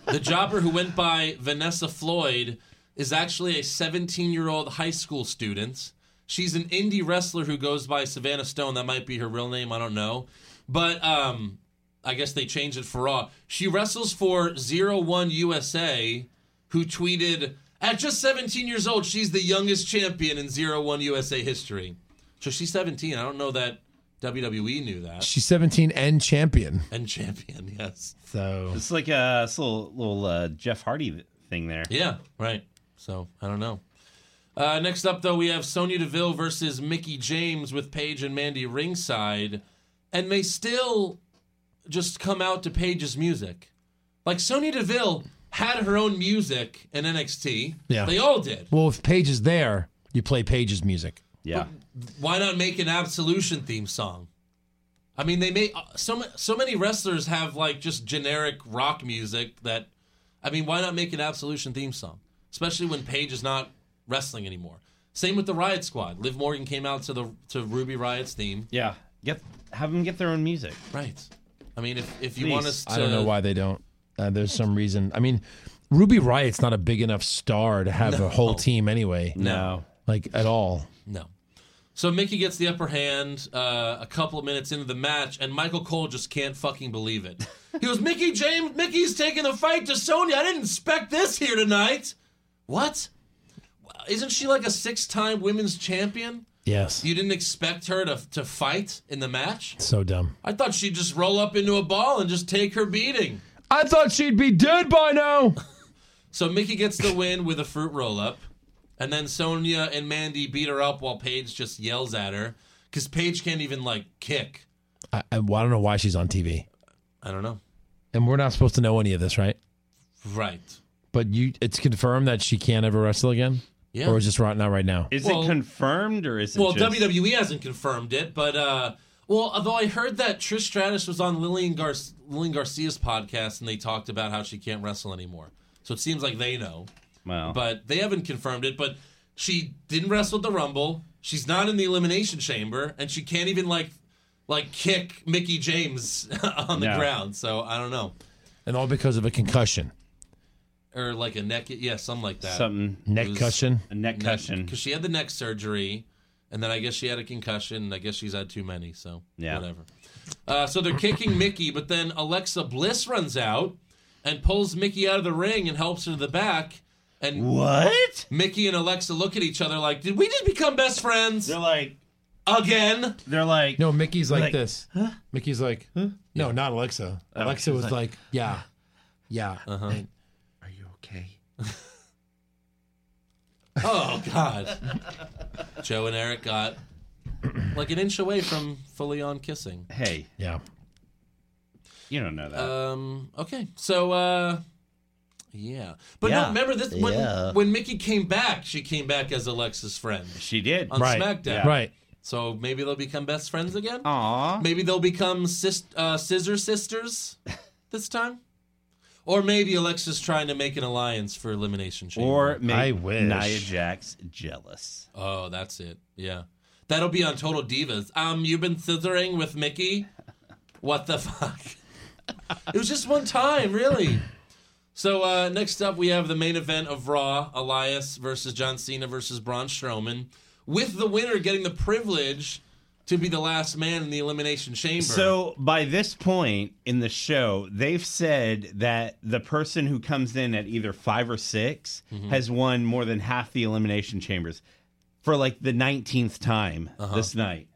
the jobber who went by Vanessa Floyd, is actually a 17-year-old high school student. She's an indie wrestler who goes by Savannah Stone. That might be her real name. I don't know, but um, I guess they changed it for Raw. She wrestles for Zero One USA, who tweeted at just 17 years old, she's the youngest champion in Zero One USA history. So she's 17. I don't know that WWE knew that.
She's 17 and champion.
And champion, yes.
So
it's like a it's a little, little uh, Jeff Hardy thing there.
Yeah, right. So I don't know. Uh, next up, though, we have Sonya Deville versus Mickey James with Paige and Mandy ringside, and they still just come out to Paige's music. Like Sonya Deville had her own music in NXT.
Yeah.
they all did.
well, if Paige is there, you play Paige's music.
Yeah.
Why not make an Absolution theme song? I mean, they make uh, so ma- so many wrestlers have like just generic rock music that. I mean, why not make an Absolution theme song? Especially when Paige is not wrestling anymore. Same with the Riot Squad. Liv Morgan came out to the to Ruby Riot's theme.
Yeah, get have them get their own music.
Right. I mean, if if you want us, to,
I don't know why they don't. Uh, there's some reason. I mean, Ruby Riot's not a big enough star to have a whole
No.
team anyway.
No.
Like at all.
No. So Mickey gets the upper hand uh, a couple of minutes into the match, and Michael Cole just can't fucking believe it. He goes, Mickey James, Mickey's taking the fight to Sonya. I didn't expect this here tonight. What? Isn't she like a six time women's champion?
Yes.
You didn't expect her to, to fight in the match?
So dumb.
I thought she'd just roll up into a ball and just take her beating.
I thought she'd be dead by now.
So Mickey gets the win with a fruit roll up, and then Sonia and Mandy beat her up while Paige just yells at her because Paige can't even like kick.
I, I, well, I don't know why she's on TV.
I don't know.
And we're not supposed to know any of this, right?
Right.
But you, it's confirmed that she can't ever wrestle again.
Yeah.
Or is just right now, right now?
Is
Well-
it confirmed or is it
Well, E
just-
WWE hasn't confirmed it, but uh, well, although I heard that Trish Stratus was on Lillian, Gar- Lillian Garcia's podcast and they talked about how she can't wrestle anymore. So it seems like they know,
Well,
but they haven't confirmed it. But she didn't wrestle at the Rumble. She's not in the Elimination Chamber, and she can't even like like kick Mickey James on the
No.
ground. So I don't know,
And all because of a concussion,
or like a neck, yeah, something like that.
something
neck cushion.
a neck cushion.
because she had the neck surgery, and then I guess she had a concussion. And I guess she's had too many, so
Yeah.
whatever. Uh, so they're kicking Mickey, but then Alexa Bliss runs out and pulls Mickey out of the ring and helps her to the back. And
What?
Mickey and Alexa look at each other like, "Did we just become best friends
They're like
again?"
they're like
No, Mickey's like,
Like,
this. Mickey's like, no, not Alexa. Alexa was like, yeah, yeah. And-
Are you okay?
Oh God! Joe and Eric got like an inch away from fully on kissing.
Hey,
yeah.
you don't know that.
Um. Okay. So. uh Yeah. But no,
Yeah.
remember this when
Yeah.
when Mickey came back, she came back as Alexa's friend
she did.
on
Right.
SmackDown.
Yeah.
Right.
So maybe they'll become best friends again.
Aw.
Maybe they'll become sis- uh, scissor sisters this time. Or maybe Alexa's trying to make an alliance for Elimination Chamber.
Or make
I wish.
Nia Jax jealous.
oh, that's it. Yeah. That'll be on Total Divas. Um, you've been scissoring with Mickey? What the fuck? it was just one time, really. So uh, next up, we have the main event of Raw: Elias versus John Cena versus Braun Strowman, with the winner getting the privilege to be the last man in the elimination chamber.
So by this point in the show, they've said that the person who comes in at either five or 6
Mm-hmm.
has won more than half the elimination chambers for like the nineteenth time
Uh-huh.
this night.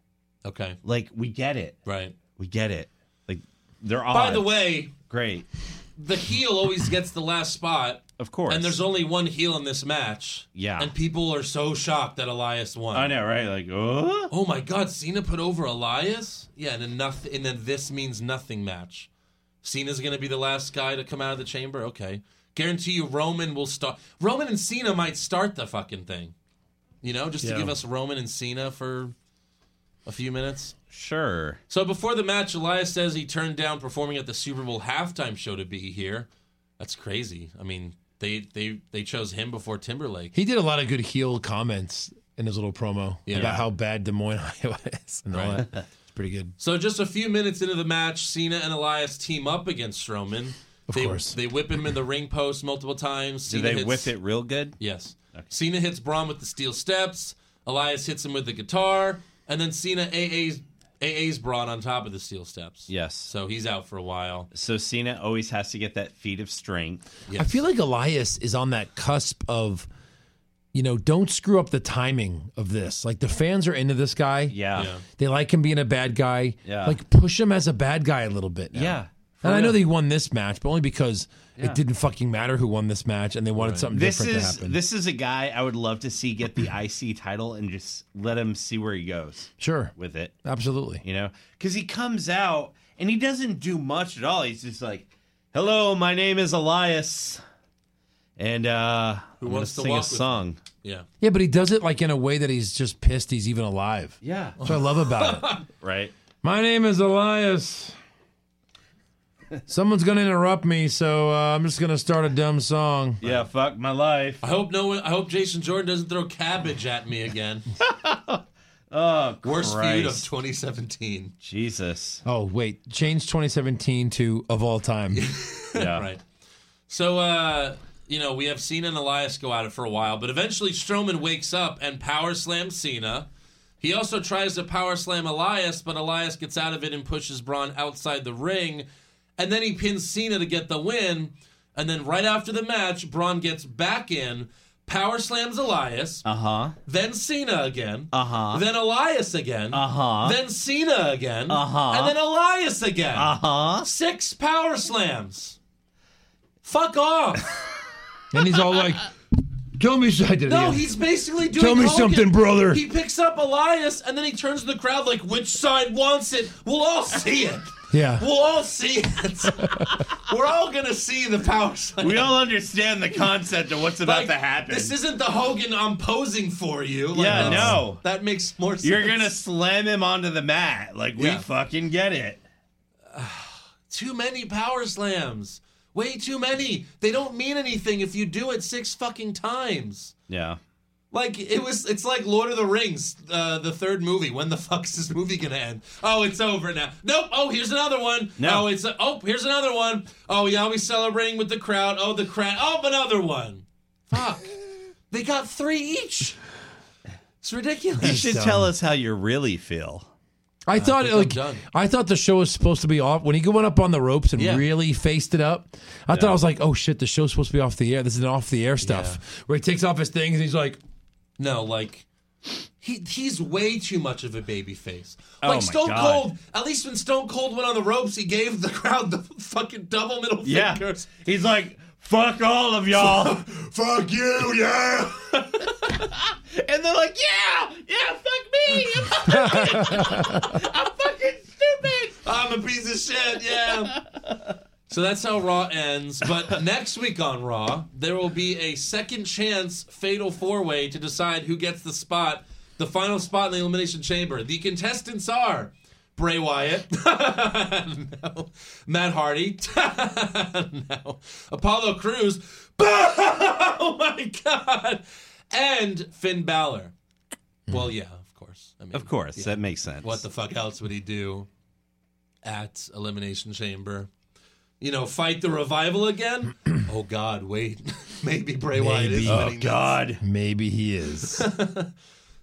okay,
Like we get it,
right.
we get it. Like they're all
By the way,
great,
the heel always gets the last spot,
of course.
and there's only one heel in this match.
Yeah.
and people are so shocked that Elias won.
I know, right? Like, oh,
Oh my God, Cena put over Elias? Yeah, and then nothing, and then this means nothing match. Cena's gonna be the last guy to come out of the chamber. Okay, guarantee you Roman will start. Roman and Cena might start the fucking thing. You know, just to
Yeah.
give us Roman and Cena for a few minutes.
sure.
So before the match, Elias says he turned down performing at the Super Bowl halftime show to be here. That's crazy. I mean, they they they chose him before Timberlake.
He did a lot of good heel comments in his little promo about how bad Des Moines, Iowa is and all
Right.
that. It's pretty good.
So just a few minutes into the match, Cena and Elias team up against Strowman. Of they,
course.
they whip him in the ring post multiple times.
Do
Cena
they
hits-
whip it real good?
Yes. Cena hits Braun with the steel steps. Elias hits him with the guitar, and then Cena AA's AA's Braun on top of the steel steps.
Yes.
So he's out for a while.
So Cena always has to get that feat of strength.
Yes.
I feel like Elias is on that cusp of, you know, don't screw up the timing of this. Like the fans are into this guy.
Yeah.
Yeah.
They like him being a bad guy.
Yeah.
Like push him as a bad guy a little bit. now.
Yeah.
And I know they won this match, but only because it didn't fucking matter who won this match, and they wanted something
This
different
is
to happen.
this is a guy I would love to see get the IC title and just let him see where he goes
sure,
with it.
absolutely.
You know, because he comes out and he doesn't do much at all. He's just like, "Hello, my name is Elias, and uh, I'm gonna
wants to
sing
walk
a
with me?"
song."
Yeah.
Yeah, but he does it like in a way that he's just pissed he's even alive.
Yeah,
That's what I love about it.
right.
My name is Elias. Someone's gonna interrupt me, so uh, I'm just gonna start a dumb song.
Yeah, fuck my life.
I hope no one. I hope Jason Jordan doesn't throw cabbage at me again.
Oh,
Worst feud of
Christ.
2017.
Jesus.
Oh wait, change 2017 to of all time.
Yeah.
Right. So, uh, you know, we have Cena and Elias go at it for a while, but eventually Strowman wakes up and power slams Cena. He also tries to power slam Elias, but Elias gets out of it and pushes Braun outside the ring. And then he pins Cena to get the win. And then right after the match, Braun gets back in, power slams Elias,
Uh huh.
then Cena again,
Uh huh.
then Elias again,
Uh huh.
then Cena again,
Uh-huh.
and then Elias again.
Uh huh.
Six power slams. Fuck off.
and he's all like, "Tell me I did it
No,
again.
he's basically doing.
Tell me
Hogan.
something, brother.
He picks up Elias and then he turns to the crowd like, "Which side wants it? We'll all see it.
Yeah.
We'll all see it. We're all gonna see the power slam."
We all understand the concept of what's about
Like,
to happen.
This isn't the Hogan I'm posing for you. Like,
Yeah,
that's-
no.
That makes more sense.
You're gonna slam him onto the mat. Like we
Yeah.
fucking get it.
too many power slams. Way too many. They don't mean anything if you do it six fucking times.
Yeah.
Like it was, it's like Lord of the Rings, uh, the third movie. When the fuck's this movie gonna end? Oh, it's over now. Nope. Oh, here's another one.
No.
Oh, it's oh, here's another one. Oh, yeah, we celebrating with the crowd. Oh, the crowd. Oh, another one. Fuck. they got three each. It's
You
ridiculous.
should
dumb.
tell us how you really feel.
I thought
think I'm
like
done.
I thought the show was supposed to be off when he went up on the ropes and
Yeah.
really faced it up. I thought I was like, oh shit, the show's supposed to be off the air. This is an off the air stuff where he takes off his things and he's like,
No, like he he's way too much of a baby face.
Oh
Like
my
Stone
God.
Cold, at least when Stone Cold went on the ropes, he gave the crowd the fucking double middle fingers.
He's like, fuck all of y'all.
Fuck you, yeah.
and they're like, yeah, yeah, fuck me. I'm fucking, I'm fucking stupid.
I'm a piece of shit, yeah. So that's how Raw ends. But next week on Raw, there will be a second chance fatal four way to decide who gets the spot, the final spot in the Elimination Chamber. The contestants are Bray Wyatt, no. Matt Hardy, no. Apollo Cruz, oh my God, and Finn Balor. Well, yeah, of course. I mean,
Of course,
yeah.
that makes sense.
What the fuck else would he do at Elimination Chamber? You know, fight the revival again? oh God, wait. Maybe Bray Wyatt is
Maybe.
Oh
winning.
God.
maybe he is.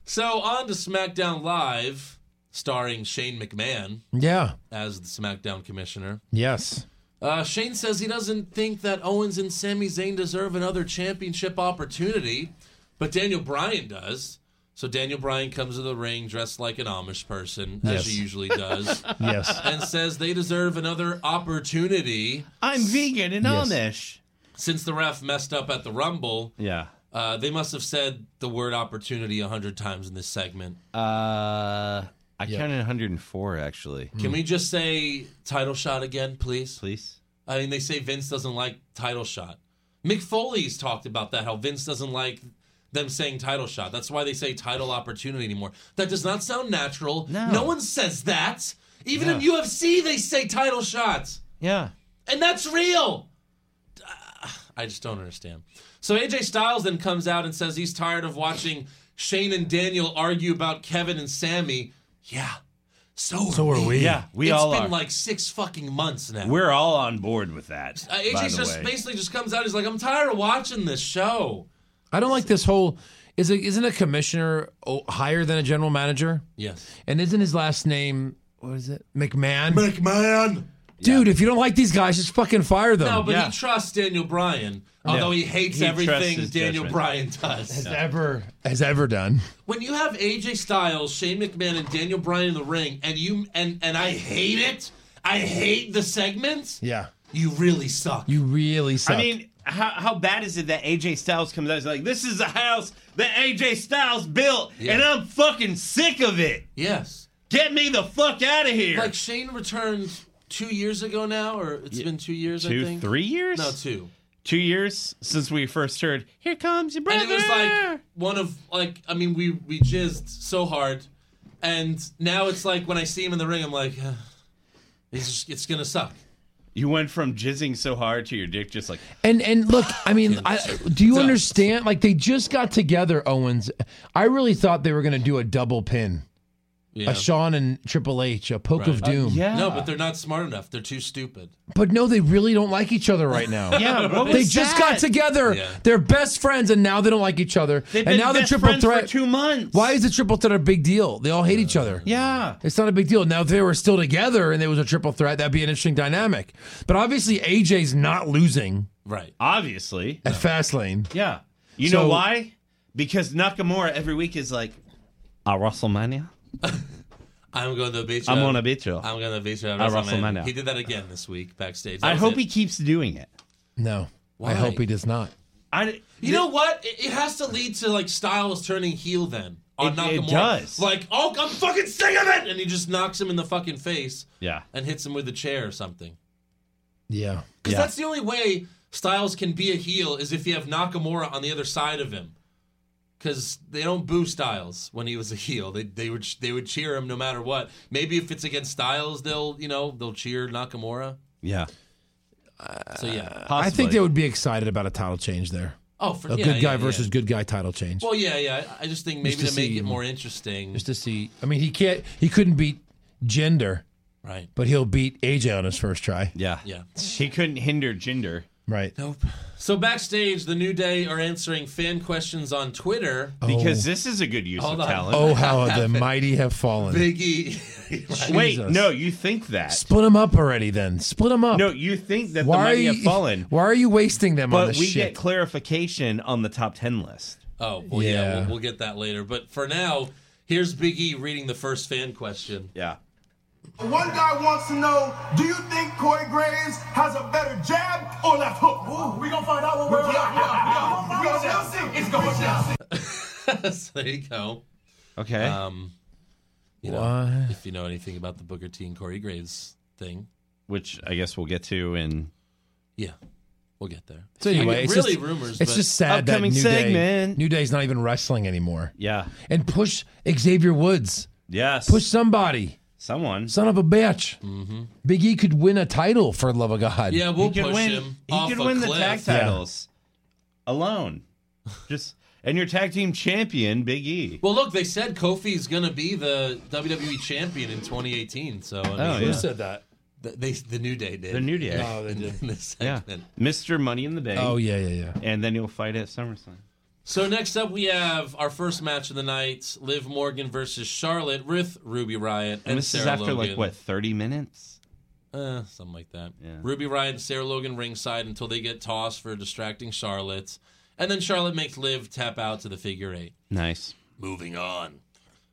So on to SmackDown Live, starring Shane McMahon
yeah.
as the SmackDown commissioner.
Yes.
Uh, Shane says he doesn't think that Owens and Sami Zayn deserve another championship opportunity, but Daniel Bryan does. So Daniel Bryan comes to the ring dressed like an Amish person, as
Yes.
he usually does.
Yes.
and says they deserve another opportunity
I'm vegan and
Yes.
Amish.
since the ref messed up at the Rumble.
Yeah.
Uh, they must have said the word opportunity a hundred times in this segment.
Uh, I counted 104 actually.
Can we just say title shot again, please?
Please.
I mean, they say Vince doesn't like title shot. Mick Foley's talked about that, how Vince doesn't like them saying title shot. That's why they say title opportunity anymore. That does not sound natural.
No.
one says that. Even in
Yeah.
UFC, they say title shots.
Yeah.
And that's real. Ah, I just don't understand. So AJ Styles then comes out and says he's tired of watching Shane and Daniel argue about Kevin and Sammy. Yeah. So are
So are we.
Yeah, we
It's
all
been
are.
like six fucking months now.
We're all on board with that.
uh,
by
AJ
the
just
way.
basically just comes out. He's like, I'm tired of watching this show.
I don't like this whole. Is it, isn't a commissioner oh, higher than a general manager?
Yes.
And isn't his last name what is it? McMahon.
McMahon.
Dude, if you don't like these guys, just fucking fire them.
No, but
Yeah.
he trusts Daniel Bryan, although he hates
He trusts
everything
his
Daniel
judgment.
Bryan does.
has ever has ever done.
when you have AJ Styles, Shane McMahon, and Daniel Bryan in the ring, and you and and I hate it. I hate the segments.
Yeah.
You really suck.
You really suck.
I mean, how, how bad is it that AJ Styles comes out? He's like, this is a house that AJ Styles built,
Yeah.
and I'm fucking sick of it.
yes.
Get me the fuck out of here.
Like Shane returned two years ago now, or it's been two years. I
two,
think.
three years?
No, two.
Two years since we first heard, here comes your brother.
and it was like one of like I mean we we jizzed so hard, and now it's like when I see him in the ring, I'm like, "Ugh, it's just- it's gonna suck.
You went from jizzing so hard to your dick just like
And and look, I mean, I, do you understand? Like they just got together, Owens. I really thought they were going to do a double pin,
Yeah.
a Shawn and Triple H, a poke of
Right.
doom.
No, but they're not smart enough. They're too stupid.
But no, they really don't like each other right now.
Yeah, what
they
was
just
that?
got together.
Yeah.
They're best friends, and now they don't like each other.
They've
and
been
now the
best
triple
friends for
threat.
two months.
Why is the triple threat a big deal? They all hate each other.
Yeah,
it's not a big deal. Now, if they were still together and there was a triple threat, that'd be an interesting dynamic. But obviously, AJ's not losing
right.
Obviously,
at Fastlane.
yeah. You
So-
know why? Because Nakamura every week is like, "Ah, WrestleMania."
I'm going to uh, beat you.
I'm gonna beat you.
I'm going to beat you at
At
WrestleMania.
WrestleMania.
He did that again this week backstage. That
I
was
hope
it.
he keeps doing it.
No,
Why?
I hope he does not.
I
You know what? It, it has to lead to like Styles turning heel then on
It- it
Nakamura.
does.
Like, oh, I'm fucking sick of it, and he just knocks him in the fucking face
yeah
and hits him with a chair or something.
Yeah,
Because that's the only way Styles can be a heel is if you have Nakamura on the other side of him. Because they don't boo Styles when he was a heel. They they would they would cheer him no matter what. Maybe if it's against Styles, they'll you know they'll cheer Nakamura.
yeah.
So yeah.
I
Possibly.
think they would be excited about a title change there.
Oh, for
a
yeah,
good guy
yeah,
versus
yeah.
good guy title change.
Well, yeah, yeah. I I just think maybe
to
to make
see
it
him.
more interesting.
just to see. I mean, he can't. He couldn't beat gender,
Right.
but he'll beat AJ on his first try.
Yeah.
Yeah.
He couldn't hinder Jinder
Right.
Nope. So backstage, the New Day are answering fan questions on Twitter.
because this is a good use
Hold
of
on.
talent.
Oh, how the mighty have fallen.
Biggie.
Wait,
Jesus.
no, you think that?
Split them up already. Then split them up.
No, you think that
why
the
are
mighty
you
have fallen,
Why are you wasting them on
but
this
we
shit?
get clarification on the top ten list.
oh, well, yeah,
Yeah.
we'll, we'll get that later. But for now, here's Biggie reading the first fan question.
Yeah.
One guy wants to know, do you think Corey Graves has a better jab or left hook? Ooh, we gonna find out what we're yeah, yeah, yeah. We gonna find out. It's going down.
so there you go.
Okay.
Um, you know,
Why?
if you know anything about the Booker T and Corey Graves thing,
Which I guess we'll get to in
yeah, we'll get there.
so anyway,
I mean,
it's
really
just,
rumors.
It's
but
just sad that New
Upcoming
Day,
segment.
New Day's not even wrestling anymore.
yeah.
And push Xavier Woods.
Yes.
Push somebody.
someone.
Son of a bitch. Big E could win a title for love of God.
yeah,
he
we'll
could
push
win.
him.
he
off
could
a
win the
cliff.
tag titles alone. Just and your tag team champion, Big E.
Well, look, they said Kofi's gonna be the WWE champion in 2018. So I mean,
Oh, yeah.
said that?
th- they the New Day did.
The New Day.
in, in this
yeah.
segment.
Mr. Money in the Bank.
Oh yeah, yeah, yeah.
And then he'll fight at SummerSlam.
So next up, we have our first match of the night: Liv Morgan versus Charlotte with Ruby Riot and,
And this
Sarah
is after
Logan.
like what, thirty minutes?
Uh, something like that.
Yeah.
Ruby Riot and Sarah Logan ringside until they get tossed for distracting Charlotte, and then Charlotte makes Liv tap out to the figure eight.
Nice.
Moving on.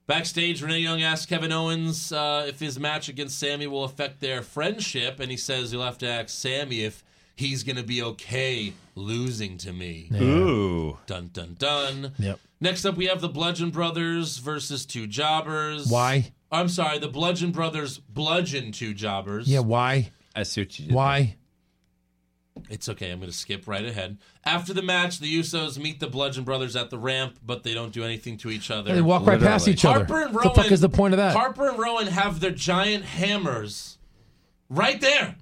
Backstage, Renee Young asks Kevin Owens uh, if his match against Sammy will affect their friendship, and he says you'll have to ask Sammy if he's going to be okay losing to me.
Ooh.
Dun dun dun.
Yep.
Next up, we have the Bludgeon Brothers versus two jobbers.
Why?
I'm sorry, the Bludgeon Brothers bludgeon two jobbers.
Yeah, why?
I see what you did.
Why?
It's okay. I'm going to skip right ahead. After the match, the Usos meet the Bludgeon Brothers at the ramp, but they don't do anything to each other.
they walk right past
Literally.
each other.
Harper and
What
Rowan.
the fuck is the point of that?
Harper and Rowan have their giant hammers right there,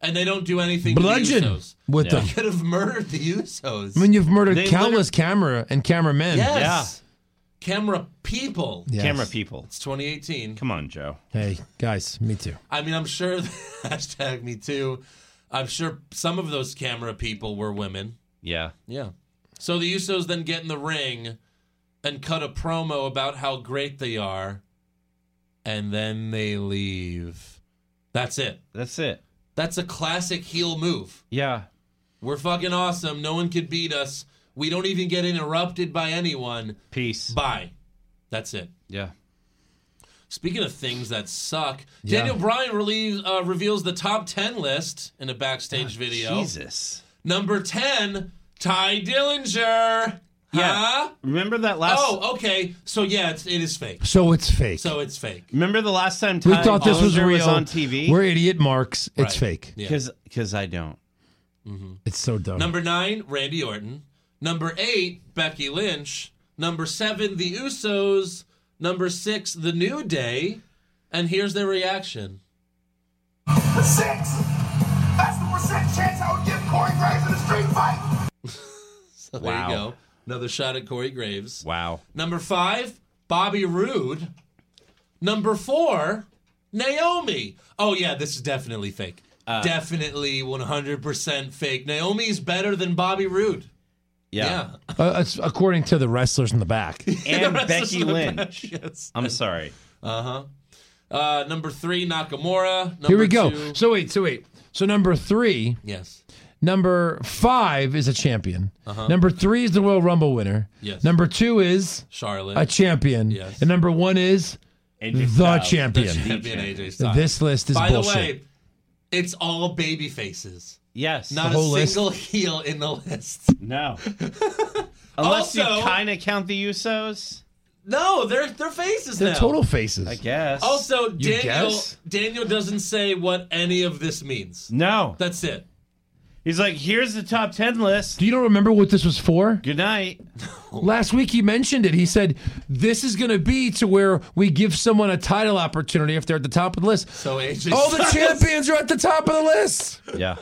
and they don't do anything. To the
Bludgeon
Usos.
with
Yeah.
them.
Could have murdered the Usos.
I mean, you've murdered
They
countless camera and cameramen.
yes. Camera people.
Yes.
Camera people.
It's 2018.
Come on, Joe.
Hey guys, me too.
I mean, I'm sure hashtag me too. I'm sure some of those camera people were women.
Yeah.
Yeah. So the Usos then get in the ring and cut a promo about how great they are, and then they leave. That's it.
That's it.
That's a classic heel move.
Yeah.
We're fucking awesome. No one could beat us. We don't even get interrupted by anyone.
Peace.
Bye. That's it.
yeah.
Speaking of things that suck,
Yeah.
Daniel Bryan relieves, uh, reveals the top 10 list in a backstage video.
Jesus.
Number 10, Ty Dillinger. Huh?
Remember that last
Oh, okay. So, yeah, it's, it is fake.
So it's fake.
So it's fake.
Remember the last time
we
Ty
thought this was
Dillinger
real.
was on TV?
We're idiot marks. It's
Right.
fake.
Yeah.
Cuz cuz I don't.
It's so dumb.
Number 9, Randy Orton. Number 8, Becky Lynch. Number 7, The Usos. Number 6, The New Day. And here's their reaction.
Six. That's
1% chance I would give Corey Graves in a street fight.
So there
Wow.
you go. Another shot at Corey Graves.
Wow.
Number five, Bobby Roode. Number four, Naomi. Oh yeah, this is definitely fake.
Uh,
definitely 100% fake. Naomi is better than Bobby Roode.
Yeah.
Uh, it's according to the wrestlers in the back.
And
That's
Becky
just-
Lynch.
Yes.
I'm sorry.
Uh-huh. Uh Number three, Nakamura. Number
Here we go.
two-
So wait, so wait. So number three.
Yes.
Number five is a champion.
Uh-huh.
Number three is the Royal Rumble winner.
Yes.
Number two is
Charlotte.
a champion.
Yes.
And number one is the
Styles.
champion.
The champion AJ Styles.
This list is
By
bullshit.
the way, it's all baby faces.
Yes.
Not
The
a
whole list.
single heel in the list.
No. Unless you
Also-
kind of count the Usos.
No, they're they're faces
They're
now.
total
faces.
I guess.
Also,
You
Daniel
guess?
Daniel doesn't say what any of this means.
No.
That's it.
He's like, here's the top 10 list.
Do you don't remember what this was for?
Good night.
Last week he mentioned it. He said, This is going to be to where we give someone a title opportunity if they're at the top of the list.
So AJ
All Oh, the
Styles-
champions are at the top of the list.
Yeah.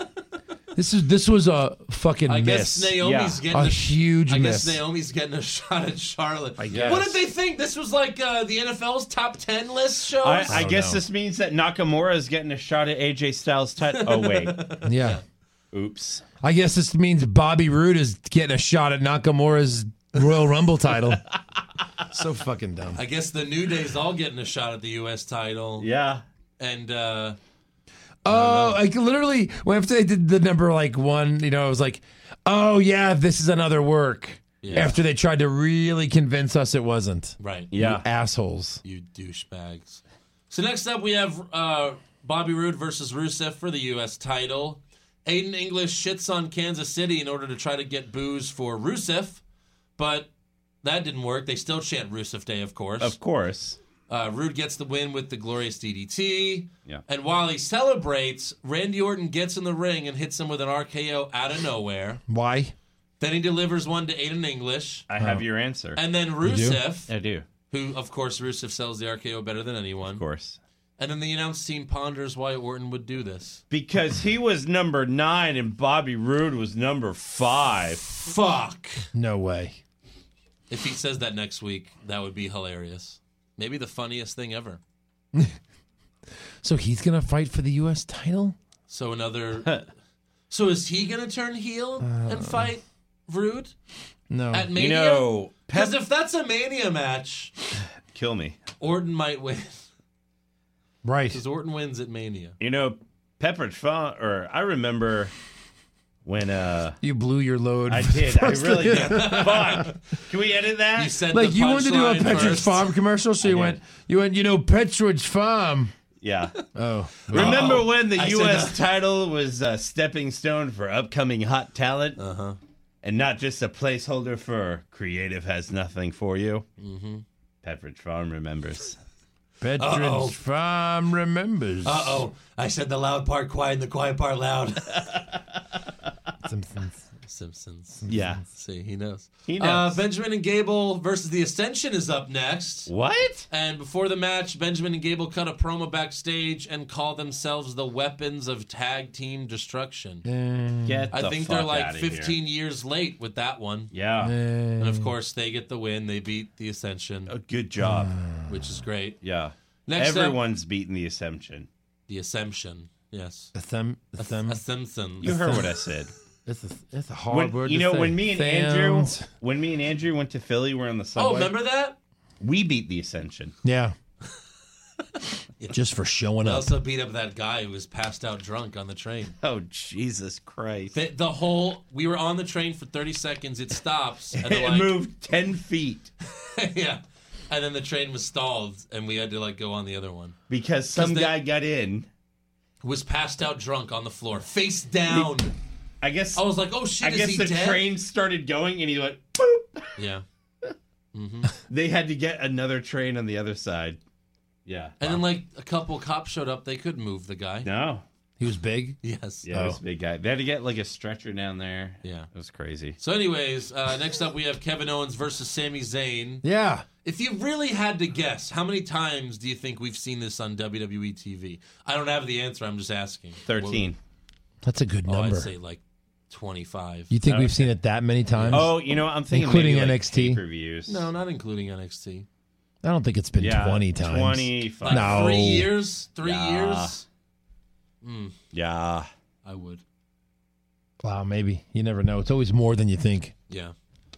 This is this was a fucking
I
miss.
guess Naomi's getting
a
sh-
huge
I
miss.
guess Naomi's getting a shot at Charlotte. I
guess.
What did they think? This was like uh, the NFL's top ten list show.
I, I guess this means that Nakamura is getting a shot at AJ Styles' title. Oh, wait.
yeah.
Oops.
I guess this means Bobby Roode is getting a shot at Nakamura's Royal Rumble title. so fucking dumb.
I guess the New Day's all getting a shot at the U.S. title.
Yeah.
And uh,
Oh, like literally, when after they did the number like one, you know, I was like, oh yeah, this is another work.
Yeah.
After they tried to really convince us it wasn't.
Right.
Yeah. assholes.
You douchebags. So next up, we have uh, Bobby Roode versus Rusev for the U.S. title. Aiden English shits on Kansas City in order to try to get booze for Rusev, but that didn't work. They still chant Rusev Day, of course.
Of course.
Uh, Rude gets the win with the glorious DDT.
Yeah.
And while he celebrates, Randy Orton gets in the ring and hits him with an RKO out of nowhere.
Why?
Then he delivers one to Aiden English.
I have your answer.
Oh. And then
You do?
Rusev
I do.
who, of course, Rusev sells the RKO better than anyone. Of
course.
And then the announce team ponders why Orton would do this.
Because he was number nine and Bobby Roode was number five.
Fuck.
No way.
If he says that next week, that would be hilarious. Maybe the funniest thing ever.
So he's gonna fight for the U.S. title?
So another. so is he gonna turn heel
Uh.
and fight Rude
No.
at
You
Mania?
know, Pep-
because if that's a Mania match,
Kill me.
Orton might win.
Right.
Because Orton wins at Mania.
You know, Pepperidge Farm, or I remember when uh
You blew your load.
I did. I
First
really
thing-
did. Fuck. Can we edit that?
You said
like
the
you wanted to do a
punchline
Petridge
first.
Farm commercial, so you went, you went, you know, Petridge Farm.
Yeah.
Oh,
Remember when the
I said
U.S. title was a stepping stone for upcoming hot talent? Uh
Uh-huh.
huh. And not just a placeholder for creative has nothing for you? Mm
Mm-hmm.
hmm. Pepperidge Farm remembers.
Petridge
Uh-oh.
Farm remembers.
Uh oh! I said the loud part quiet and the quiet part loud.
Simpsons.
Simpsons.
Yeah.
See, he knows.
He
Uh,
knows.
Benjamin and Gable versus the Ascension is up next.
What?
And before the match, Benjamin and Gable cut a promo backstage and call themselves the weapons of tag team destruction.
Get
I
the
think
fuck
they're like
outta here.
15 years late with that one.
Yeah. Uh,
And of course, they get the win. They beat the Ascension,
A good job.
which is great.
Yeah.
Next up-
Everyone's beaten the assumption.
The Ascension. Yes.
A thumb. A thumb.
Ascension.
You heard what I said.
It's a, it's a hard
When-
word.
you
to
know,
say.
when me and
Sounds.
Andrew, when me and Andrew went to Philly, we're on the subway.
Oh, remember that?
We beat the Ascension.
Yeah. Just for showing
We
up.
also beat up that guy who was passed out drunk on the train.
Oh Jesus Christ!
The, the whole we were on the train for 30 seconds. It stops. And they're
it
like,
moved ten feet
yeah. And then the train was stalled, and we had to like go on the other one.
because some
they-
guy got in.
Was passed out drunk on the floor, face down.
I guess.
I was like, oh shit,
I
is
guess
he
the
dead?
train started going, and he went. Boop.
Yeah. hmm
They had to get another train on the other side. Yeah.
And then like a couple cops showed up. They could move the guy.
No.
He was big.
Yes.
Yeah, it
Oh.
was a big guy. They had to get like a stretcher down there.
Yeah.
It was crazy.
So, anyways, uh, next up we have Kevin Owens versus Sami Zayn.
Yeah.
If you really had to guess, how many times E do you think we've seen this on WWE TV? I don't have the answer. I'm just asking.
Thirteen.
That's a good
Oh,
number.
I'd say like 25.
You think we've seen it that many times?
Oh, you know, I'm thinking
including
maybe, like,
NXT.
pay-per-views.
No, not including NXT.
I don't think it's been
Yeah,
twenty times.
25.
No.
Three years? Three
Yeah.
years? Mm,
Yeah.
I would.
Wow, maybe you never know. It's always more than you think.
Yeah.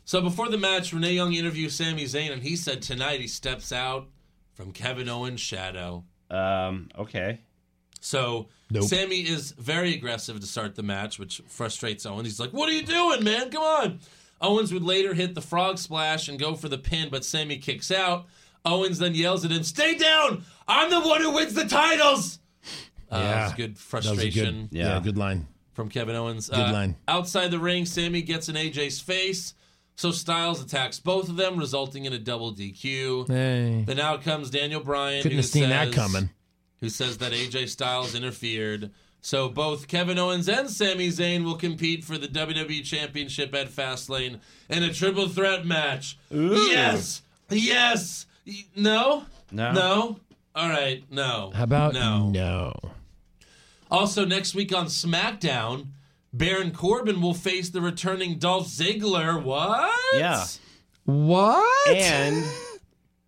So before the match, Renee Young interviewed Sami Zayn, and he said tonight he steps out from Kevin Owens' shadow.
Um. Okay.
So
Nope.
Sammy is very aggressive to start the match, which frustrates Owens. He's like, "What are you doing, man? Come on!" Owens would later hit the frog splash and go for the pin, but Sammy kicks out. Owens then yells at him, "Stay down! I'm the one who wins the titles." Uh,
yeah,
it's good
That was a good-
frustration.
yeah, good line.
from Kevin Owens. Uh,
Good line.
Outside the ring, Sammy gets in AJ's face. So Styles attacks both of them, resulting in a double DQ.
Hey.
Then out comes Daniel Bryan.
Couldn't
who
have seen that
says-
coming.
Who says that AJ Styles interfered. So both Kevin Owens and Sami Zayn will compete for the WWE Championship at Fastlane in a triple threat match. Yes! Yes! Y- No?
No.
No? All right, no.
How about
No.
no?
Also, next week on SmackDown, Baron Corbin will face the returning Dolph Ziggler. What?
Yeah.
What?
And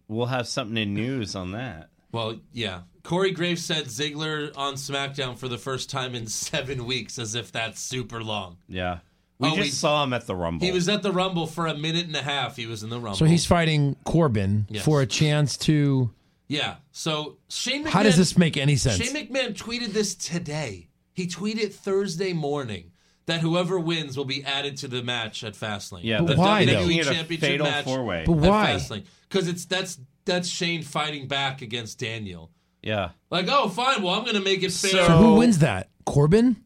we'll have something in news on that.
Well, yeah. Corey Graves said Ziggler on SmackDown for the first time in seven weeks, as if that's super long.
Yeah. We
Oh,
just
we-
saw him at the Rumble.
He was at the Rumble for a minute and a half. He was in the Rumble.
Oh. So he's fighting Corbin
Yes.
for a chance to.
Yeah. So Shane McMahon.
How does this make any sense?
Shane McMahon tweeted this today. He tweeted Thursday morning that whoever wins will be added to the match at Fastlane.
Yeah,
the
But why, though?
WWE
Making it a
Championship
fatal
match
four-way.
But why?
At Fastlane because it's that's that's Shane fighting back against Daniel.
yeah.
Like, oh, fine. Well, I'm going to make it fair.
So, who wins that? Corbin?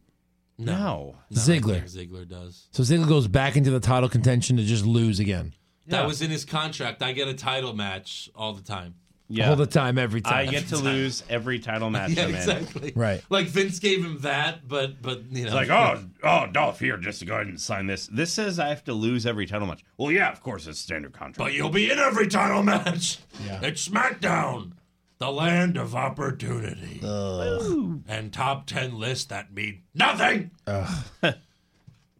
No.
Ziggler.
Ziggler does.
So Ziggler goes back into the title contention to just lose again.
That was in his contract. I get a title match all the time.
Yeah.
All the time, every
I
time.
get to lose every title match
Yeah,
I'm in.
exactly.
Right.
Like Vince gave him that, but but you know,
It's like, oh, oh, Dolph, here, just go ahead and sign this. This says I have to lose every title match. Well, yeah, of course, it's standard contract.
But you'll be in every title match.
Yeah.
It's SmackDown, the land of opportunity. And top 10 lists that mean nothing. All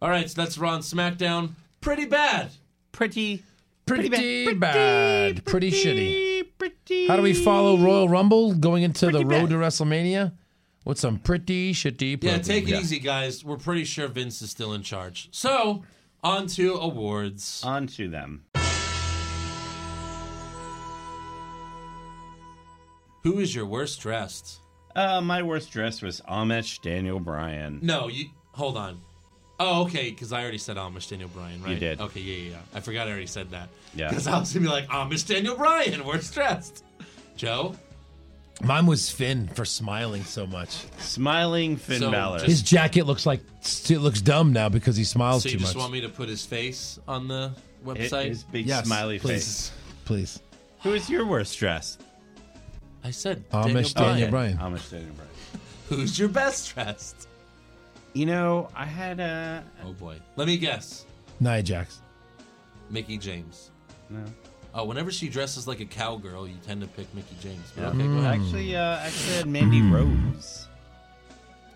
right, so that's Raw and SmackDown. Pretty bad.
pretty,
pretty,
pretty
bad. Pretty, shitty. How do we follow Royal Rumble going into the road to WrestleMania? What's some pretty shitty?
Yeah,
program?
take it easy, guys. We're pretty sure Vince is still in charge. So, on to awards.
On to them.
Who is your worst dressed?
Uh, my worst dress was Amish Daniel Bryan.
No, you hold on. Oh, okay, because I already said Amish Daniel Bryan, right?
did.
Okay, yeah, yeah, yeah. I forgot I already said that.
Yeah.
Because I was going to be like, Amish Daniel Bryan, worst dressed. Joe?
Mine was Finn for smiling so much.
Smiling Finn
So,
Balor.
His jacket looks like it looks dumb now because he smiles
So you
Oh, too
just
much.
want me to put his face on the
His-
website?
his big
Yes,
smiley face.
please, please.
Who is your worst dress?
I said Daniel
Amish
Bryan.
Oh,
Daniel Bryan.
Amish Daniel Bryan.
Who's your best dressed?
You know, I had uh, a
Oh boy. Let me guess.
Nia Jax.
Mickey James.
no.
Oh, whenever she dresses like a cowgirl, you tend to pick Mickey James. But
Yeah.
okay, go ahead.
Actually, uh, actually, I had Mandy
Hmm.
Rose,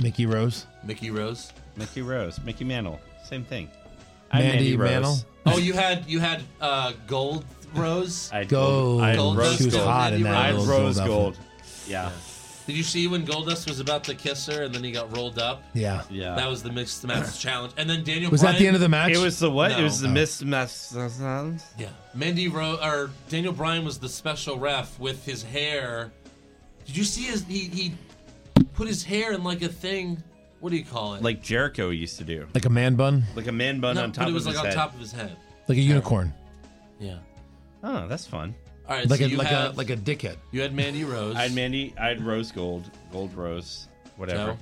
Mickey Rose.
Mickey Rose.
Mickey Rose, Mickey Mantle, same thing.
Mandy
Rose.
Mantle?
Oh, you had you had uh, gold rose.
I had
Gold.
I had
Gold.
rose
She was
gold.
hot in that
I had
little
rose
gold
gold. Yeah,
Did you see when Goldust was about to kiss her and then he got rolled up?
Yeah.
yeah.
That was the mixed match challenge. And then Daniel
Was that the end of the match?
it was the what? It
No.
was the
Oh.
Miss Mess.
Yeah, Mandy Ro or Daniel Bryan was the special ref with his hair. Did you see his? He he put his hair in like a thing. What do you call it?
Like Jericho used to do,
like a man bun,
like a man bun
no,
on top
but it was like
of his
on
head.
top of his head.
like a unicorn,
Yeah.
Oh, that's fun.
All right.
like
so
a
you
like
have,
a like a dickhead.
you had Mandy Rose.
I had Mandy. I had rose gold, gold rose, whatever.
Joe,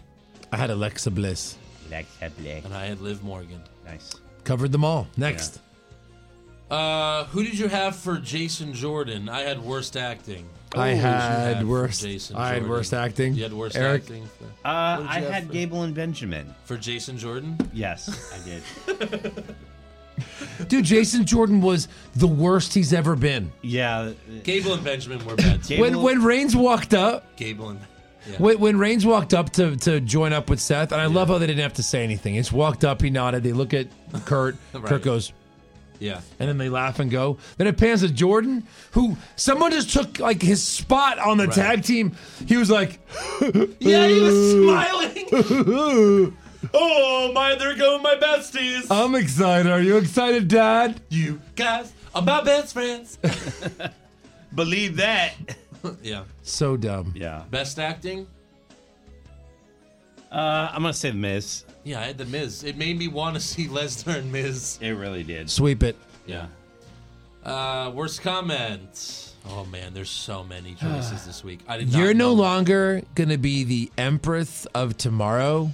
I had Alexa Bliss.
Alexa Black.
and I had Liv Morgan.
Nice.
Covered them all. Next.
Uh, who did you have for Jason Jordan? I had worst acting.
I
Who did you
had
have for
worst-
Jason
I had
Jordan?
worst acting.
You had worst
Eric?
acting for,
Uh,
did
I
you have
had
for-
Gable and Benjamin.
for Jason Jordan.
Yes, I did.
Dude, Jason Jordan was the worst he's ever been.
Yeah.
Gable and Benjamin were bad. too.
Gable-
When when Reigns walked up,
Gable and
When, when Reigns walked up to, to join up with Seth, and I love how they didn't have to say anything. He just walked up, he nodded. They look at Kurt.
Right.
Kurt goes,
Yeah.
and then they laugh and go. Then it pans to Jordan, who someone just took like his spot on the
Right.
tag team. He was like,
Yeah, he was smiling. oh my, there go my besties.
I'm excited. Are you excited, Dad?
You guys are my best friends.
Believe that.
yeah.
so dumb.
Yeah.
Best acting?
Uh, I'm gonna say the Miz.
Yeah, I had the Miz. It made me want to see Lesnar and Miz.
It really did.
Sweep it.
Yeah. Uh, worst comment. Oh man, there's so many choices this week. I did not.
You're no longer going to be the Empress of tomorrow.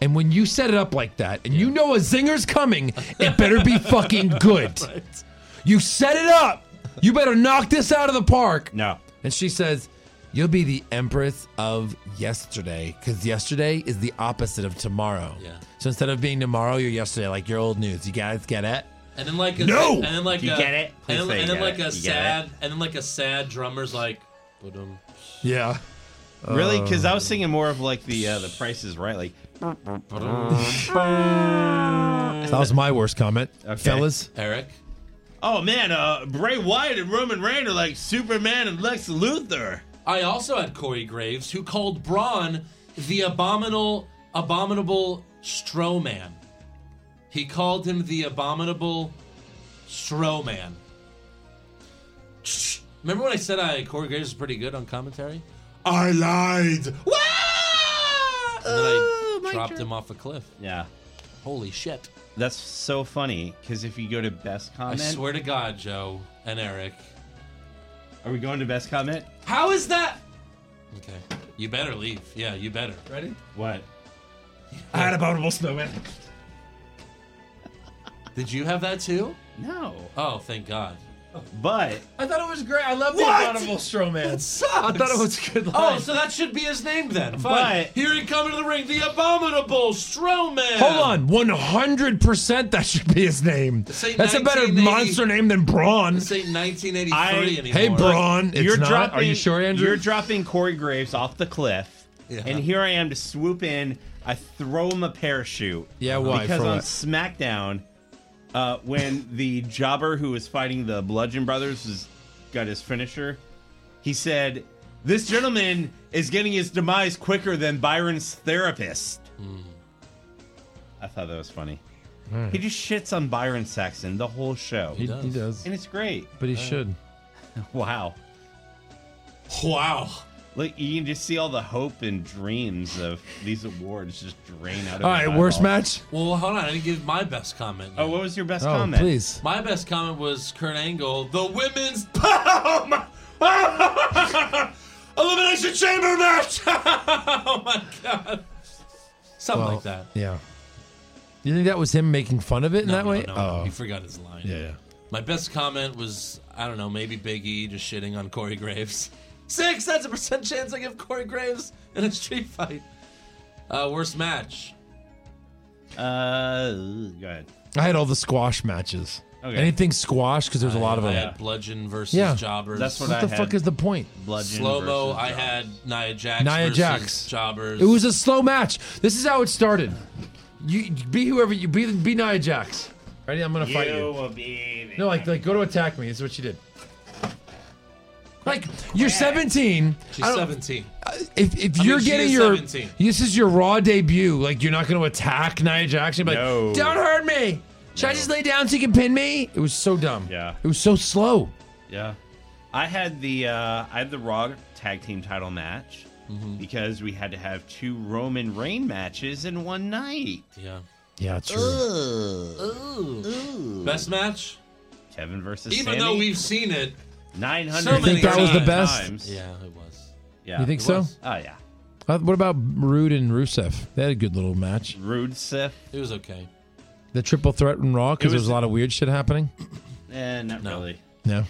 And when you set it up like that, and you know a zinger's coming, it better be fucking good.
Right.
You set it up. You better knock this out of the park.
No.
And she says, You'll be the Empress of yesterday, because yesterday is the opposite of tomorrow. Yeah. So instead of being tomorrow, you're yesterday, like your old news. You guys get it?
And then like a,
No!
And then like
You
a,
get it? Please
And then,
say
and then
you
like
get
a
it. You get
sad. And then like a sad drummer's like. ba-dum.
Yeah.
Really? Because I was thinking more of like the uh, the Price is Right, like.
That was my worst comment. Fellas.
Eric.
Oh man, uh, Bray Wyatt and Roman Reigns are like Superman and Lex Luthor.
I also had Corey Graves, who called Braun the abominable, abominable strowman. He called him the abominable strowman. Shh. Remember when I said I Corey Graves is pretty good on commentary? I lied. Wah! And then I dropped him off a cliff.
Yeah.
Holy shit.
That's so funny because if you go to best comment,
I swear to God, Joe and Eric.
are we going to best comment?
How is that? Okay. You better leave. Yeah, you better. Ready?
What?
I had abominable snowman.
Did you have that too?
No.
Oh, thank God.
But
I thought it was great. I love
What?
the Abominable Strowman.
sucks.
I thought it was a good line.
Oh, so that should be his name then. Fine. Here he comes to the ring, the abominable Strowman.
Hold on, one hundred percent. That should be his name.
Say
That's a better
1980.
monster name than Braun.
This ain't 1983 anymore.
hey, Braun, it's
you're
not.
dropping.
Are you sure, Andrew?
You're dropping Corey Graves off the cliff,
Yeah.
and here I am to swoop in. I throw him a parachute.
Yeah, why?
Because
For
on
what?
SmackDown, uh, when the jobber who was fighting the Bludgeon Brothers was, got his finisher, he said, "This gentleman is getting his demise quicker than Byron's therapist." I thought that was funny.
Alright.
He just shits on Byron Saxon the whole show.
He does. He does.
And it's great.
but he should.
Wow.
Wow.
Look, you can just see all the hope and dreams of these awards just drain out of
All right, worst
match.
match.
Well, hold on. I didn't give my best comment.
Oh, what was your best
oh,
comment?
please.
My best comment was Kurt Angle, the women's POM! Elimination Chamber match! oh my god. Something
Well,
like that.
Yeah. You think that was him making fun of it in that
No,
way?
no,
oh,
no, He forgot his line.
yeah, yeah.
My best comment was, I don't know, maybe Big E just shitting on Corey Graves. Six, that's a percent chance I give Corey Graves in a street fight. Uh, worst match.
Uh, go ahead.
I had all the squash matches.
Okay.
Anything squash because there's a lot of
I
them.
had Bludgeon versus
Yeah.
Jobbers.
Oh, That's what
What
I
the
had.
fuck is the point?
Bludgeon
Slow mo.
versus
I
Job.
had Nia Jax
Nia
versus
Jax.
Jobbers.
It was a slow match. This is how it started. You you be whoever you be. Be Nia Jax. Ready? I'm gonna fight you.
will be.
No, like like go to attack me. Is what she did. Like you're 17.
She's
I don't-
17.
If if
I mean,
you're
she
getting
is
your
17.
this is your raw debut. Like you're not going to attack Nia Jackson. But
No.
like, don't hurt me. Should I just lay down so you can pin me? It was so dumb.
Yeah.
It was so slow.
Yeah. I had the uh, I had the Raw tag team title match
Mm-hmm.
because we had to have two Roman Reign matches in one night.
Yeah.
Yeah, it's true.
Best match?
Kevin versus
Even
Sammy.
though we've seen it.
nine
so
hundred.
many You think that was the
best?
Times.
Yeah, it was.
Yeah.
you think
it
so?
was.
Oh yeah.
Uh, what about Rude and Rusev? They had a good little match.
Rude Sif.
It was okay.
The triple threat in Raw
It
because there
was-
was a lot of weird shit happening.
Eh, not
No.
really.
No.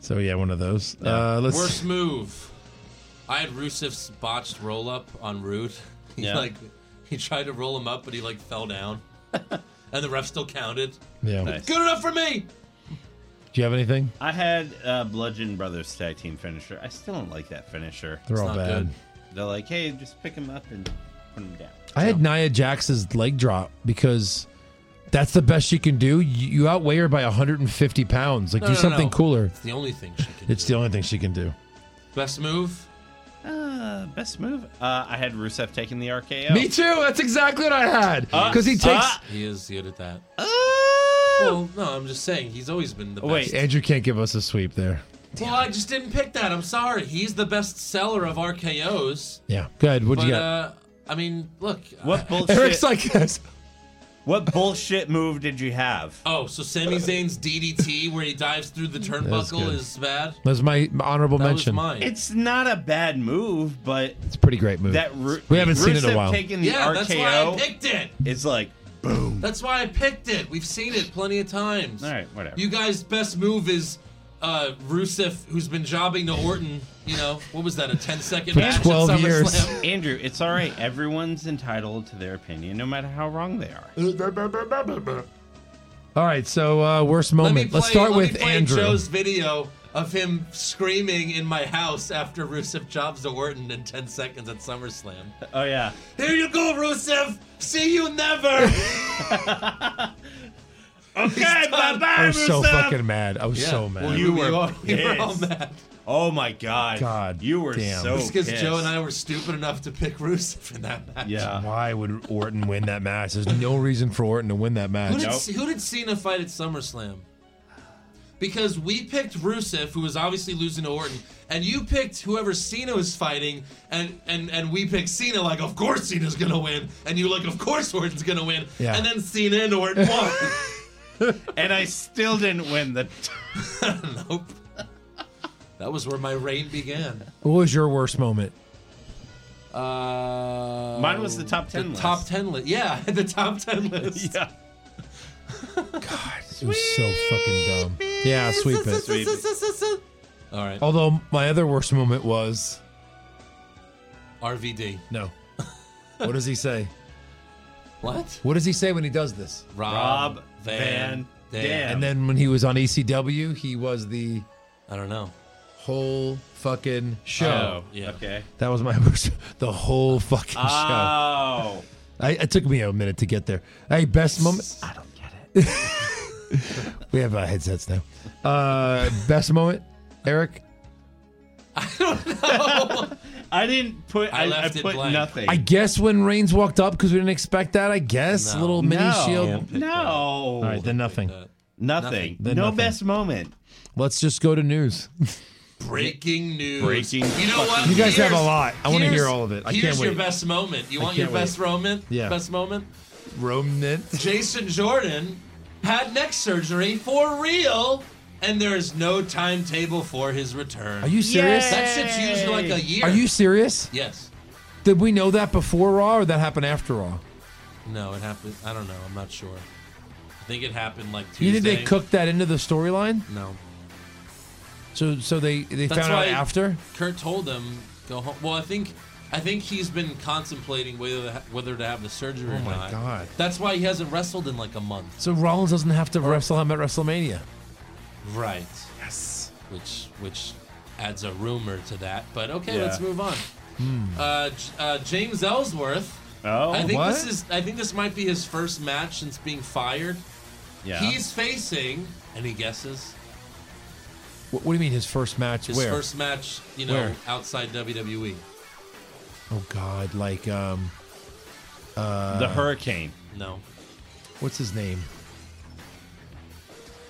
So yeah, one of those. Uh, let's.
Worst move. I had Rusev's botched roll up on Rude. He
Yeah.
like he tried to roll him up, but he like fell down. and the ref still counted.
Yeah.
Nice.
Good enough for me.
Do you have anything?
I had uh, Bludgeon Brothers tag team finisher. I still don't like that finisher.
They're It's all not bad. good.
They're like, hey, just pick him up and put him down.
I had Nia Jax's leg drop because that's the best she can do. You, you outweigh her by 150 pounds. Like,
No,
do
no,
something
no.
cooler.
It's the only thing she can
It's the only thing she can do.
Best move?
Uh, best move? Uh, I had Rusev taking the RKO.
Me too. That's exactly what I had.
Uh,
Because he takes.
he is good at that.
Oh. Uh,
well, no, I'm just saying he's always been the best.
Andrew can't give us a sweep there.
Well, I just didn't pick that. I'm sorry. He's the best seller of RKO's.
Yeah. Go ahead. What'd
but,
you got?
Uh, I mean, look.
What bullshit?
Eric's like this.
What bullshit move did you have?
Oh, so Sami Zayn's DDT where he dives through the turnbuckle
good.
is bad.
That's my honorable
That was
mention.
mine.
It's not a bad move, but
It's a pretty great move.
that Ru-
we haven't seen it in
Rusev
a while.
Taking the
Yeah,
RKO
that's why I picked it.
is like,
That's why I picked it. We've seen it plenty of times.
all right, whatever.
You guys' best move is uh, Rusev, who's been jobbing to Orton. You know, what was that, a 10 second match? at SummerSlam?
Andrew, it's all right. Everyone's entitled to their opinion, no matter how wrong they are.
Uh, All right. So uh, worst
Let
moment.
me play,
Let's start
let me
with
play
Andrew.
Joe's video of him screaming in my house after Rusev jobs to Orton in 10 seconds at SummerSlam.
Oh yeah,
Here you go, Rusev. See you never.
okay, bye bye,
I was so fucking mad. I was
Yeah.
so mad.
Well,
You
you,
were
were, all, you were all
pissed.
mad.
Oh my god,
God
you were
damn.
so
Just because
pissed.
Joe and I were stupid enough to pick Rusev in that match.
Yeah,
Why would Orton win that match? There's no reason for Orton to win that
Who
match.
did,
Nope.
who did Cena fight at SummerSlam? Because we picked Rusev, who was obviously losing to Orton, and you picked whoever Cena was fighting, and and and we picked Cena, like of course Cena's gonna win, and you like of course Orton's gonna win,
Yeah.
and then Cena and Orton won.
and I still didn't win the.
nope. That was where my reign began.
What was your worst moment?
Uh,
Mine was the top ten. list.
top ten list. Yeah, the top ten list.
Yeah.
It was so fucking dumb. Yeah, sweep it.
All right,
Although my other worst moment was
RVD.
no. What does he say?
What?
What does he say when he does this?
Rob,
Rob
Van,
Van
Dam.
Dam.
And then when he was on ECW, he was the
I don't know.
whole fucking show.
Oh,
Yeah.
okay.
That was my worst. The whole fucking show.
Oh,
I, it took me a minute to get there. Hey, best moment. I don't get it. we have uh, headsets now. Uh, best moment, Eric.
I didn't put.
I
I,
left
I
it
put
blank.
nothing.
I guess when Reigns walked up because we didn't expect that. I guess
No.
little mini
no.
shield.
No.
All right, then nothing.
that.
nothing.
Nothing.
Then
no
nothing.
best moment.
Let's just go to news.
Breaking news.
Breaking
You know what?
You guys have
Here's-
a lot. I wanna hear
here's-
all of it. I
here's
can't
your
wait.
best moment. You want your
can't wait.
best moment?
Yeah.
Best moment.
Roman.
Jason Jordan had neck surgery for real, and there is no timetable for his return.
Are you serious?
That shit's usually like a year.
Are you serious?
Yes.
Did we know that before Raw or that happened after Raw?
No, it happened. I don't know. I'm not sure. I think it happened like Tuesday.
You think they cooked that into the storyline?
No.
So so they they
That's
found out
why-
after.
Kurt told him go home. Well, I think I think he's been contemplating whether to ha- whether to have the surgery or
Oh my
not.
God.
That's why he hasn't wrestled in like a month.
So Rollins doesn't have to wrestle him at WrestleMania.
Right. Yes. Which which adds a rumor to that. But okay,
Yeah.
let's move on.
Hmm.
Uh, J- uh, James Ellsworth.
Oh,
I think this
Uh, what?
is. I think this might be his first match since being fired.
yeah.
He's facing any guesses?
What, what do you mean his first match?
His
where?
first match, you know,
Where?
outside E. WWE.
Oh God! Like um, Uh,
the hurricane.
No.
what's his name?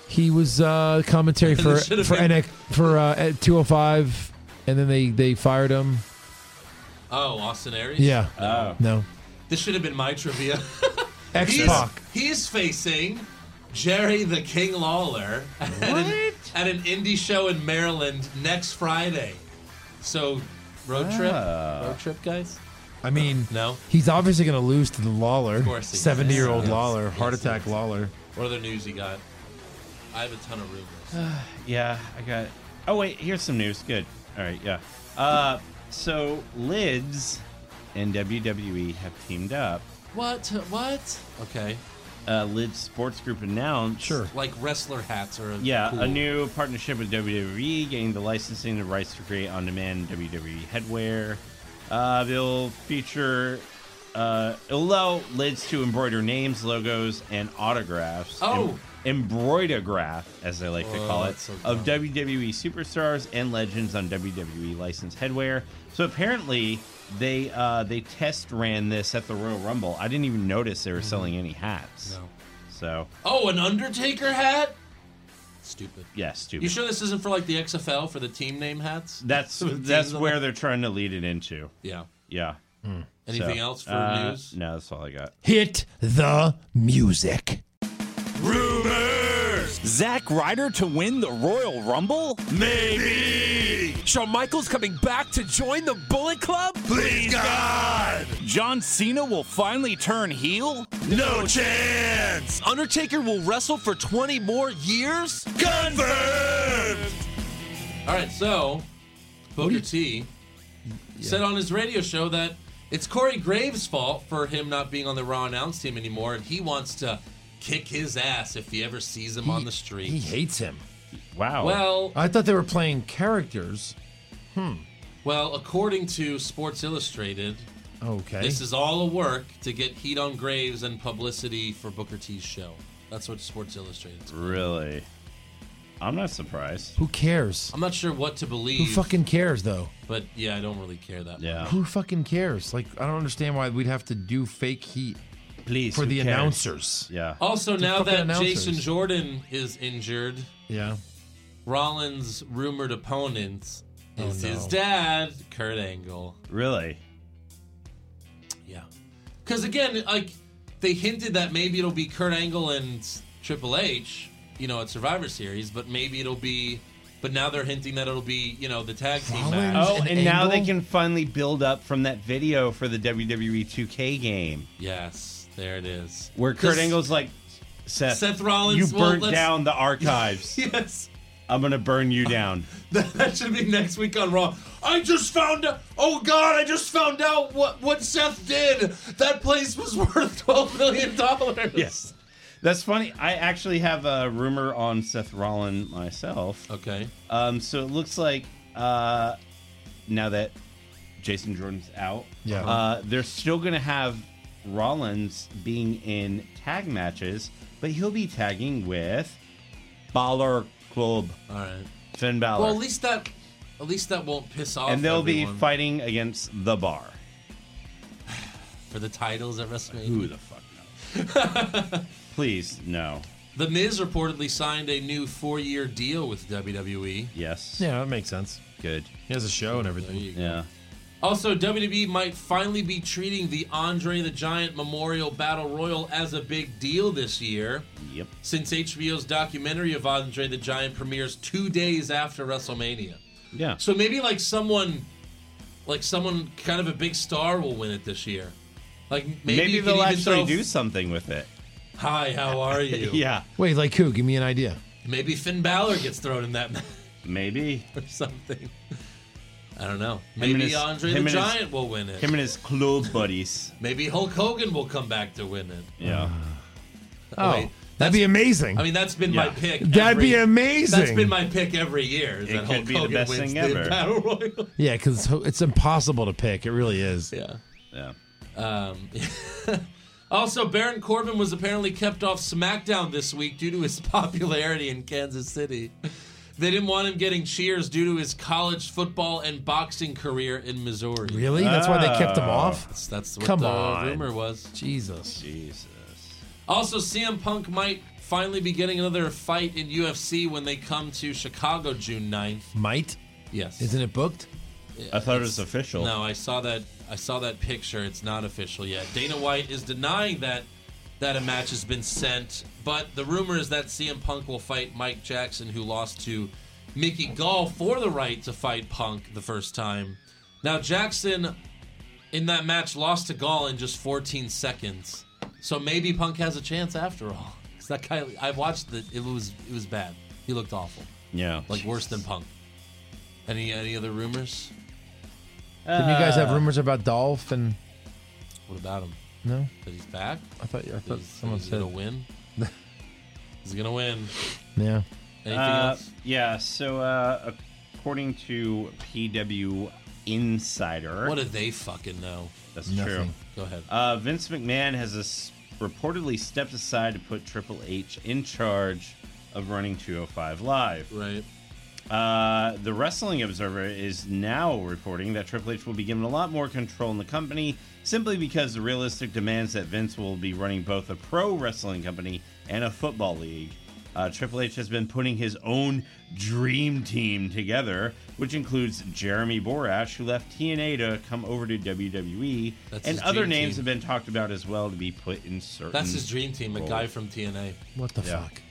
He was uh commentary
This
for
should've
for
been-
NX, for uh at 205, and then they they fired him.
Oh, Austin Aries.
Yeah.
Oh.
No.
This should have been my trivia.
X
He's,
Pac.
he's facing Jerry the King Lawler at an, at an indie show in Maryland next Friday. So, road
Ah.
trip? Road trip, guys?
I mean,
No?
he's obviously going to lose to the Lawler,
course he is.
seventy-year-old
Yes.
Lawler, heart
Yes,
attack
yes.
Lawler.
What other news you got? I have a ton of rumors.
Yeah, I got. Oh wait, here's some news. Good. All right, yeah. Uh, so Lids and WWE E have teamed up.
What? What? Okay.
uh, Lid Sports Group announced. Sure.
Like wrestler hats or
Yeah,
cool.
a new partnership with WWE gained the licensing and rights to create on-demand WWE headwear. Uh, they'll feature. Uh, it'll allow lids to embroider names, logos, and autographs.
Oh.
Em- embroidograph, as they like to call
Whoa,
it,
that's so
of WWE superstars and legends on WWE licensed headwear. So apparently, they uh, they test ran this at the Royal Rumble. I didn't even notice they were selling any hats.
Mm-hmm. No.
So
Oh, an Undertaker hat? Stupid.
yeah, stupid.
You sure this isn't for like the XFL for the team name hats?
That's
For the
that's
teams on
where
the-
they're trying to lead it into.
Yeah.
Yeah.
Anything else for
uh,
news?
No, that's all I got.
Hit the music.
Rumors! Zack Ryder to win the Royal Rumble? Maybe! Shawn Michaels coming back to join the Bullet Club? Please, God! John Cena will finally turn heel? No chance! Undertaker will wrestle for 20 more years? Confirmed!
All right, so Booker T said on his radio show that it's Corey Graves' fault for him not being on the Raw announce team anymore, and he wants to kick his ass if he ever sees him on the street.
He hates him.
Wow.
Well-
I thought they were playing characters. Hmm.
Well, according to Sports Illustrated,
Okay.
this is all a work to get heat on Graves and publicity for Booker T's show. That's what Sports Illustrated.
Really? I'm not surprised.
Who cares?
I'm not sure what to believe.
Who fucking cares though?
But yeah, I don't really care that.
Yeah.
Who fucking cares? Like I don't understand why we'd have to do fake heat.
Please
for
who
the
cares?
announcers.
Yeah.
Also,
The
now
fucking
that
announcers.
Jason Jordan is injured,
Yeah.
Rollins' rumored opponent
Oh,
is his
no.
dad, Kurt Angle.
Really?
Yeah. Because again, like they hinted that maybe it'll be Kurt Angle and Triple H, you know, at Survivor Series, but maybe it'll be. But now they're hinting that it'll be, you know, the tag team match.
Oh, and now they can finally build up from that video for the WWE 2K game
Yes, there it is.
where Kurt
This-
Angle's like, Seth,
Seth Rollins,
you
well,
burnt
let's-
down the archives.
yes.
I'm gonna burn you down.
That should be next week on Raw. I just found out. Oh God! I just found out what what Seth did. That place was worth twelve million dollars.
yes. That's funny. I actually have a rumor on Seth Rollins myself.
Okay.
Um, so it looks like uh, now that Jason Jordan's out,
Yeah.
uh, they're still going to have Rollins being in tag matches, but he'll be tagging with Balor Club.
All right.
Finn Balor.
Well, at least that at least that won't piss off.
and they'll
everyone
be fighting against The Bar.
for the titles at WrestleMania.
Who the fuck knows? Please, no.
The Miz reportedly signed a new four-year deal with E. WWE.
Yes.
Yeah, that makes sense.
Good.
He has a show and everything.
Yeah.
Also, WWE might finally be treating the Andre the Giant Memorial Battle Royal as a big deal this year.
Yep.
Since HBO's documentary of Andre the Giant premieres two days after WrestleMania.
Yeah.
So maybe like someone, like someone kind of a big star will win it this year. Like maybe,
Maybe,
you could
they'll
even
actually
throw-
do something with it.
Hi, how are you?
Yeah.
Wait, like who? Give me an idea.
Maybe Finn Balor gets thrown in that match
Maybe.
or something. I don't know.
Him and
Maybe
his-
Andre
him
the
and his-
Giant will win it.
Him and his club buddies.
Maybe Hulk Hogan will come back to win it.
Yeah.
Oh,
Wait,
that'd be amazing.
I mean, that's been my pick.
That'd
every-
be amazing.
That's been my pick every year. Is
It
that
could
Hulk
be the
Hogan
best
wins
thing
the
ever.
Battle Royal.
yeah, because it's impossible to pick. It really is.
Yeah.
Yeah.
Um, also, Baron Corbin was apparently kept off SmackDown this week due to his popularity in Kansas City. They didn't want him getting cheers due to his college football and boxing career in Missouri.
Really? That's why they kept him
Oh.
off?
That's, that's what
Come
the
on.
rumor was.
Jesus.
Jesus.
Also, CM Punk might finally be getting another fight in UFC when they come to Chicago June 9th.
Might?
Yes.
Isn't it booked?
I thought it was official.
No, I saw that. I saw that picture. It's not official yet. Dana White is denying that that a match has been sent, but the rumor is that CM Punk will fight Mike Jackson, who lost to Mickey Gall for the right to fight Punk the first time. Now Jackson, in that match, lost to Gall in just 14 seconds. So maybe Punk has a chance after all. 'Cause that guy, I watched it. It was it was bad. He looked awful,
Yeah.
like worse than Punk. Any any other rumors? Uh.
Didn't you guys have rumors about Dolph and
What about him?
No.
That he's back.
I thought you- I
That
thought
he's- that
someone
he's gonna
said-
win. he's gonna win.
Yeah.
Anything
Uh,
else?
Yeah. So uh, according to PW Insider,
What do they fucking know?
That's true.
Nothing. Go ahead.
Uh, Vince McMahon has s- reportedly stepped aside to put Triple H in charge of running 205 Live.
Right.
Uh, the Wrestling Observer is now reporting that Triple H will be given a lot more control in the company simply because the realistic demands that Vince will be running both a pro wrestling company and a football league. Uh, Triple H has been putting his own dream team together, which includes Jeremy Borash, who left TNA to come over to WWE,
That's
and
his
other
dream
names
team.
have been talked about as well to be put in certain.
That's his dream team, a
roles.
guy from TNA.
What the
Yeah.
fuck?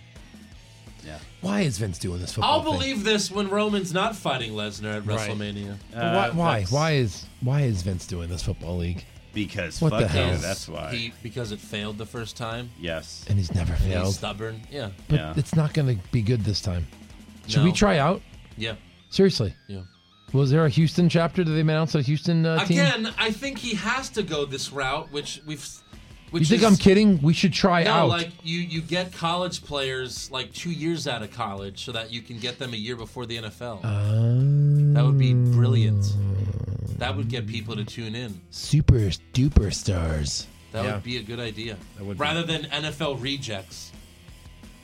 Yeah.
Why is Vince doing this football
I'll
thing?
believe this when Roman's not fighting Lesnar at
Right.
WrestleMania.
Uh,
But why? Why? Why is why is Vince doing this football league?
Because
what
fuck
the
you,
hell?
that's why.
He, because it failed the first time.
Yes.
And he's never
And he's
failed.
stubborn. Yeah.
But it's not going to be good this time. Should we
No.
try out?
Yeah.
Seriously.
Yeah.
Was there a Houston chapter? Did they announce a Houston uh, team?
Again, I think he has to go this route, which we've. Which
you think
is,
I'm kidding? We should try
no,
out.
like you, you get college players like two years out of college so that you can get them a year before the NFL.
that
would be brilliant. that would get people to tune in.
Super duper stars.
That would be a good idea.
That would be-
Rather than NFL rejects.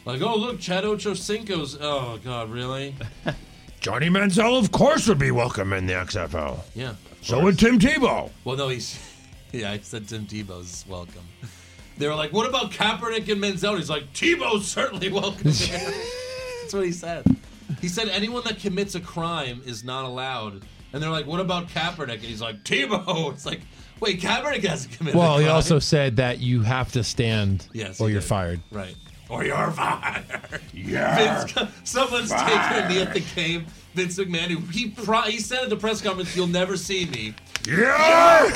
Like, oh, look, Chad Ochocinco's. Oh, God, really?
Johnny Manziel, of course, would be welcome in the XFL.
Yeah.
So would Tim Tebow.
Well, no, he's. Yeah, I said Tim Tebow's welcome. They were like, what about Kaepernick and Menzel? He's like, Tebow's certainly welcome. there." That's what he said. He said, anyone that commits a crime is not allowed. And they're like, what about Kaepernick? And he's like, Tebow. It's like, wait, Kaepernick hasn't committed a
Well, he
crime.
also said that you have to stand
Yes,
or
he
you're
did.
fired.
Right. Or you're fired.
You're
Vince, someone's taking a knee at the game. Vince McMahon, who he, pro- he said at the press conference, you'll never see me.
Yeah.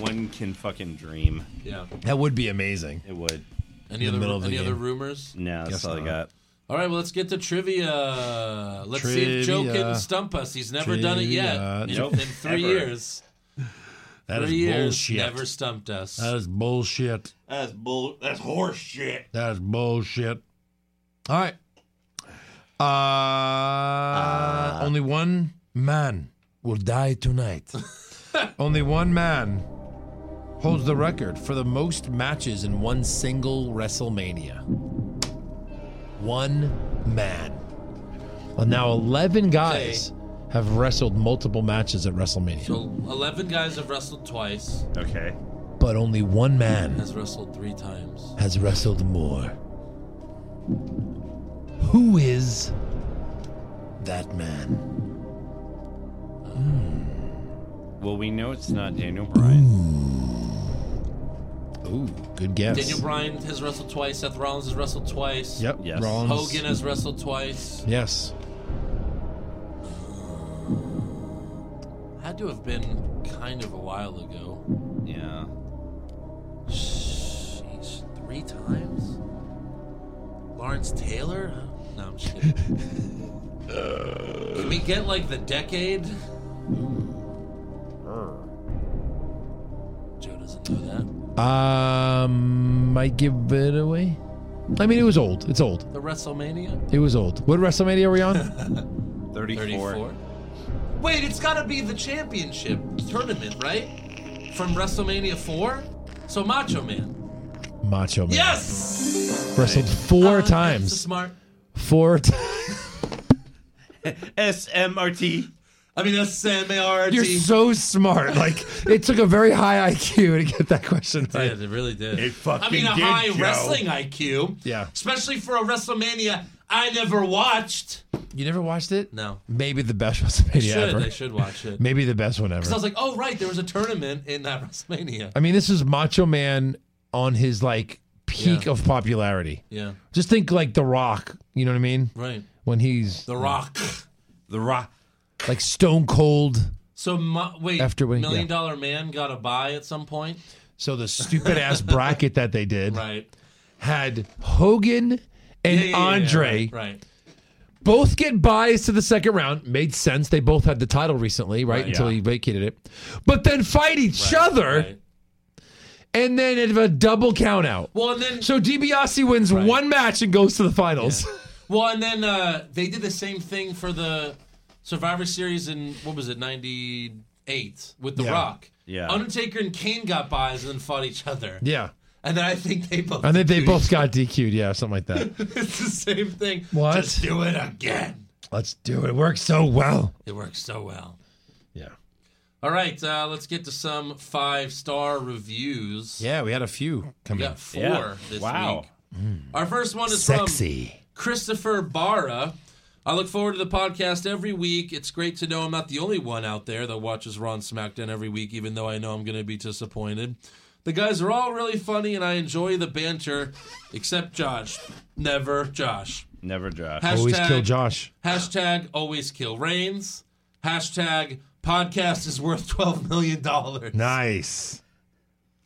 One can fucking dream.
Yeah.
That would be amazing.
It would.
Any other any other rumors?
No, that's
Guess
all I
not.
got.
All right, well, let's get to trivia. Let's see if Joe
Trivia.
can stump us. He's never done it yet. In,
Trivia. Nope.
in three
Ever.
years.
That is
three years,
bullshit.
never stumped us.
That is bullshit.
That's bull. That's horse shit.
That is bullshit. All right. Uh, only one man will die tonight. only one man holds the record for the most matches in one single WrestleMania. One man. Well, now 11 guys have wrestled multiple matches at WrestleMania,
so, 11 guys have wrestled twice,
Okay.
but only one man
has wrestled three times.
has wrestled more. Who is that man?
Well, we know it's not Daniel Bryan.
Ooh, good guess.
Daniel Bryan has wrestled twice. Seth Rollins has wrestled twice.
Yep.
Yes.
Rollins.
Hogan has wrestled twice.
Yes.
Had to have been kind of a while ago.
Mm.
Yeah.
Jeez, three times? Lawrence Taylor? No, I'm just kidding. Can we get like the decade? Joe doesn't know that.
Um, might give it away. I mean, it was old. It's old.
The WrestleMania?
It was old. What WrestleMania are we on?
34.
34. Wait, it's gotta be the championship tournament, right? From WrestleMania 4? So Macho Man.
Macho Man.
Yes!
Wrestled four
Uh, that's a
times.
Smart.
Four times.
SMRT.
I mean, that's Sam ART.
You're so smart. Like, it took a very high IQ to get that question
Yeah,
right.
it really did.
It fucking
I mean, a
did,
high
Joe.
wrestling IQ.
Yeah.
Especially for a WrestleMania I never watched.
You never watched it?
No.
Maybe the best
I
WrestleMania
should.
ever.
I should watch it.
Maybe the best one
Because I
ever.
was like, oh, right, there was a tournament in that WrestleMania.
I mean, this is Macho Man on his like peak
Yeah.
of popularity.
Yeah.
Just think like The Rock. You know what I mean?
Right.
When he's
The Rock.
The Rock.
like Stone Cold.
So, Ma- wait,
After we-
Million
yeah.
Dollar Man got a buy at some point?
So the stupid ass bracket that they did
Right.
had Hogan and
Yeah, yeah, yeah, yeah,
Andre
Right. right.
Both get buys to the second round. Made sense. They both had the title recently, right?
Right.
Until
Yeah.
he vacated it. But then fight each other. And then it a double count out.
Well, and then
so DiBiase wins one match and goes to the finals.
Well, and then uh, they did the same thing for the Survivor Series in what was it, '98, with The
Yeah.
Rock.
Yeah.
Undertaker and Kane got buys and then fought each other.
Yeah.
And then I think they both.
And then they
do
both got DQ'd, yeah, something like that.
it's the same thing.
What?
Just do it again.
Let's do it. It works so well.
It works so well.
Yeah.
All right, uh, let's get to some five star reviews.
Yeah, we had a few
We
coming.
got four this week.
Mm.
Our first one is
Sexy.
from Christopher Barra. I look forward to the podcast every week. It's great to know I'm not the only one out there that watches Raw and SmackDown every week, even though I know I'm going to be disappointed. The guys are all really funny, and I enjoy the banter, except Josh. Never Josh.
Never Josh.
Um, Always
Hashtag-
kill Josh.
Hashtag always kill Reigns. Hashtag podcast is worth $12 million.
Nice.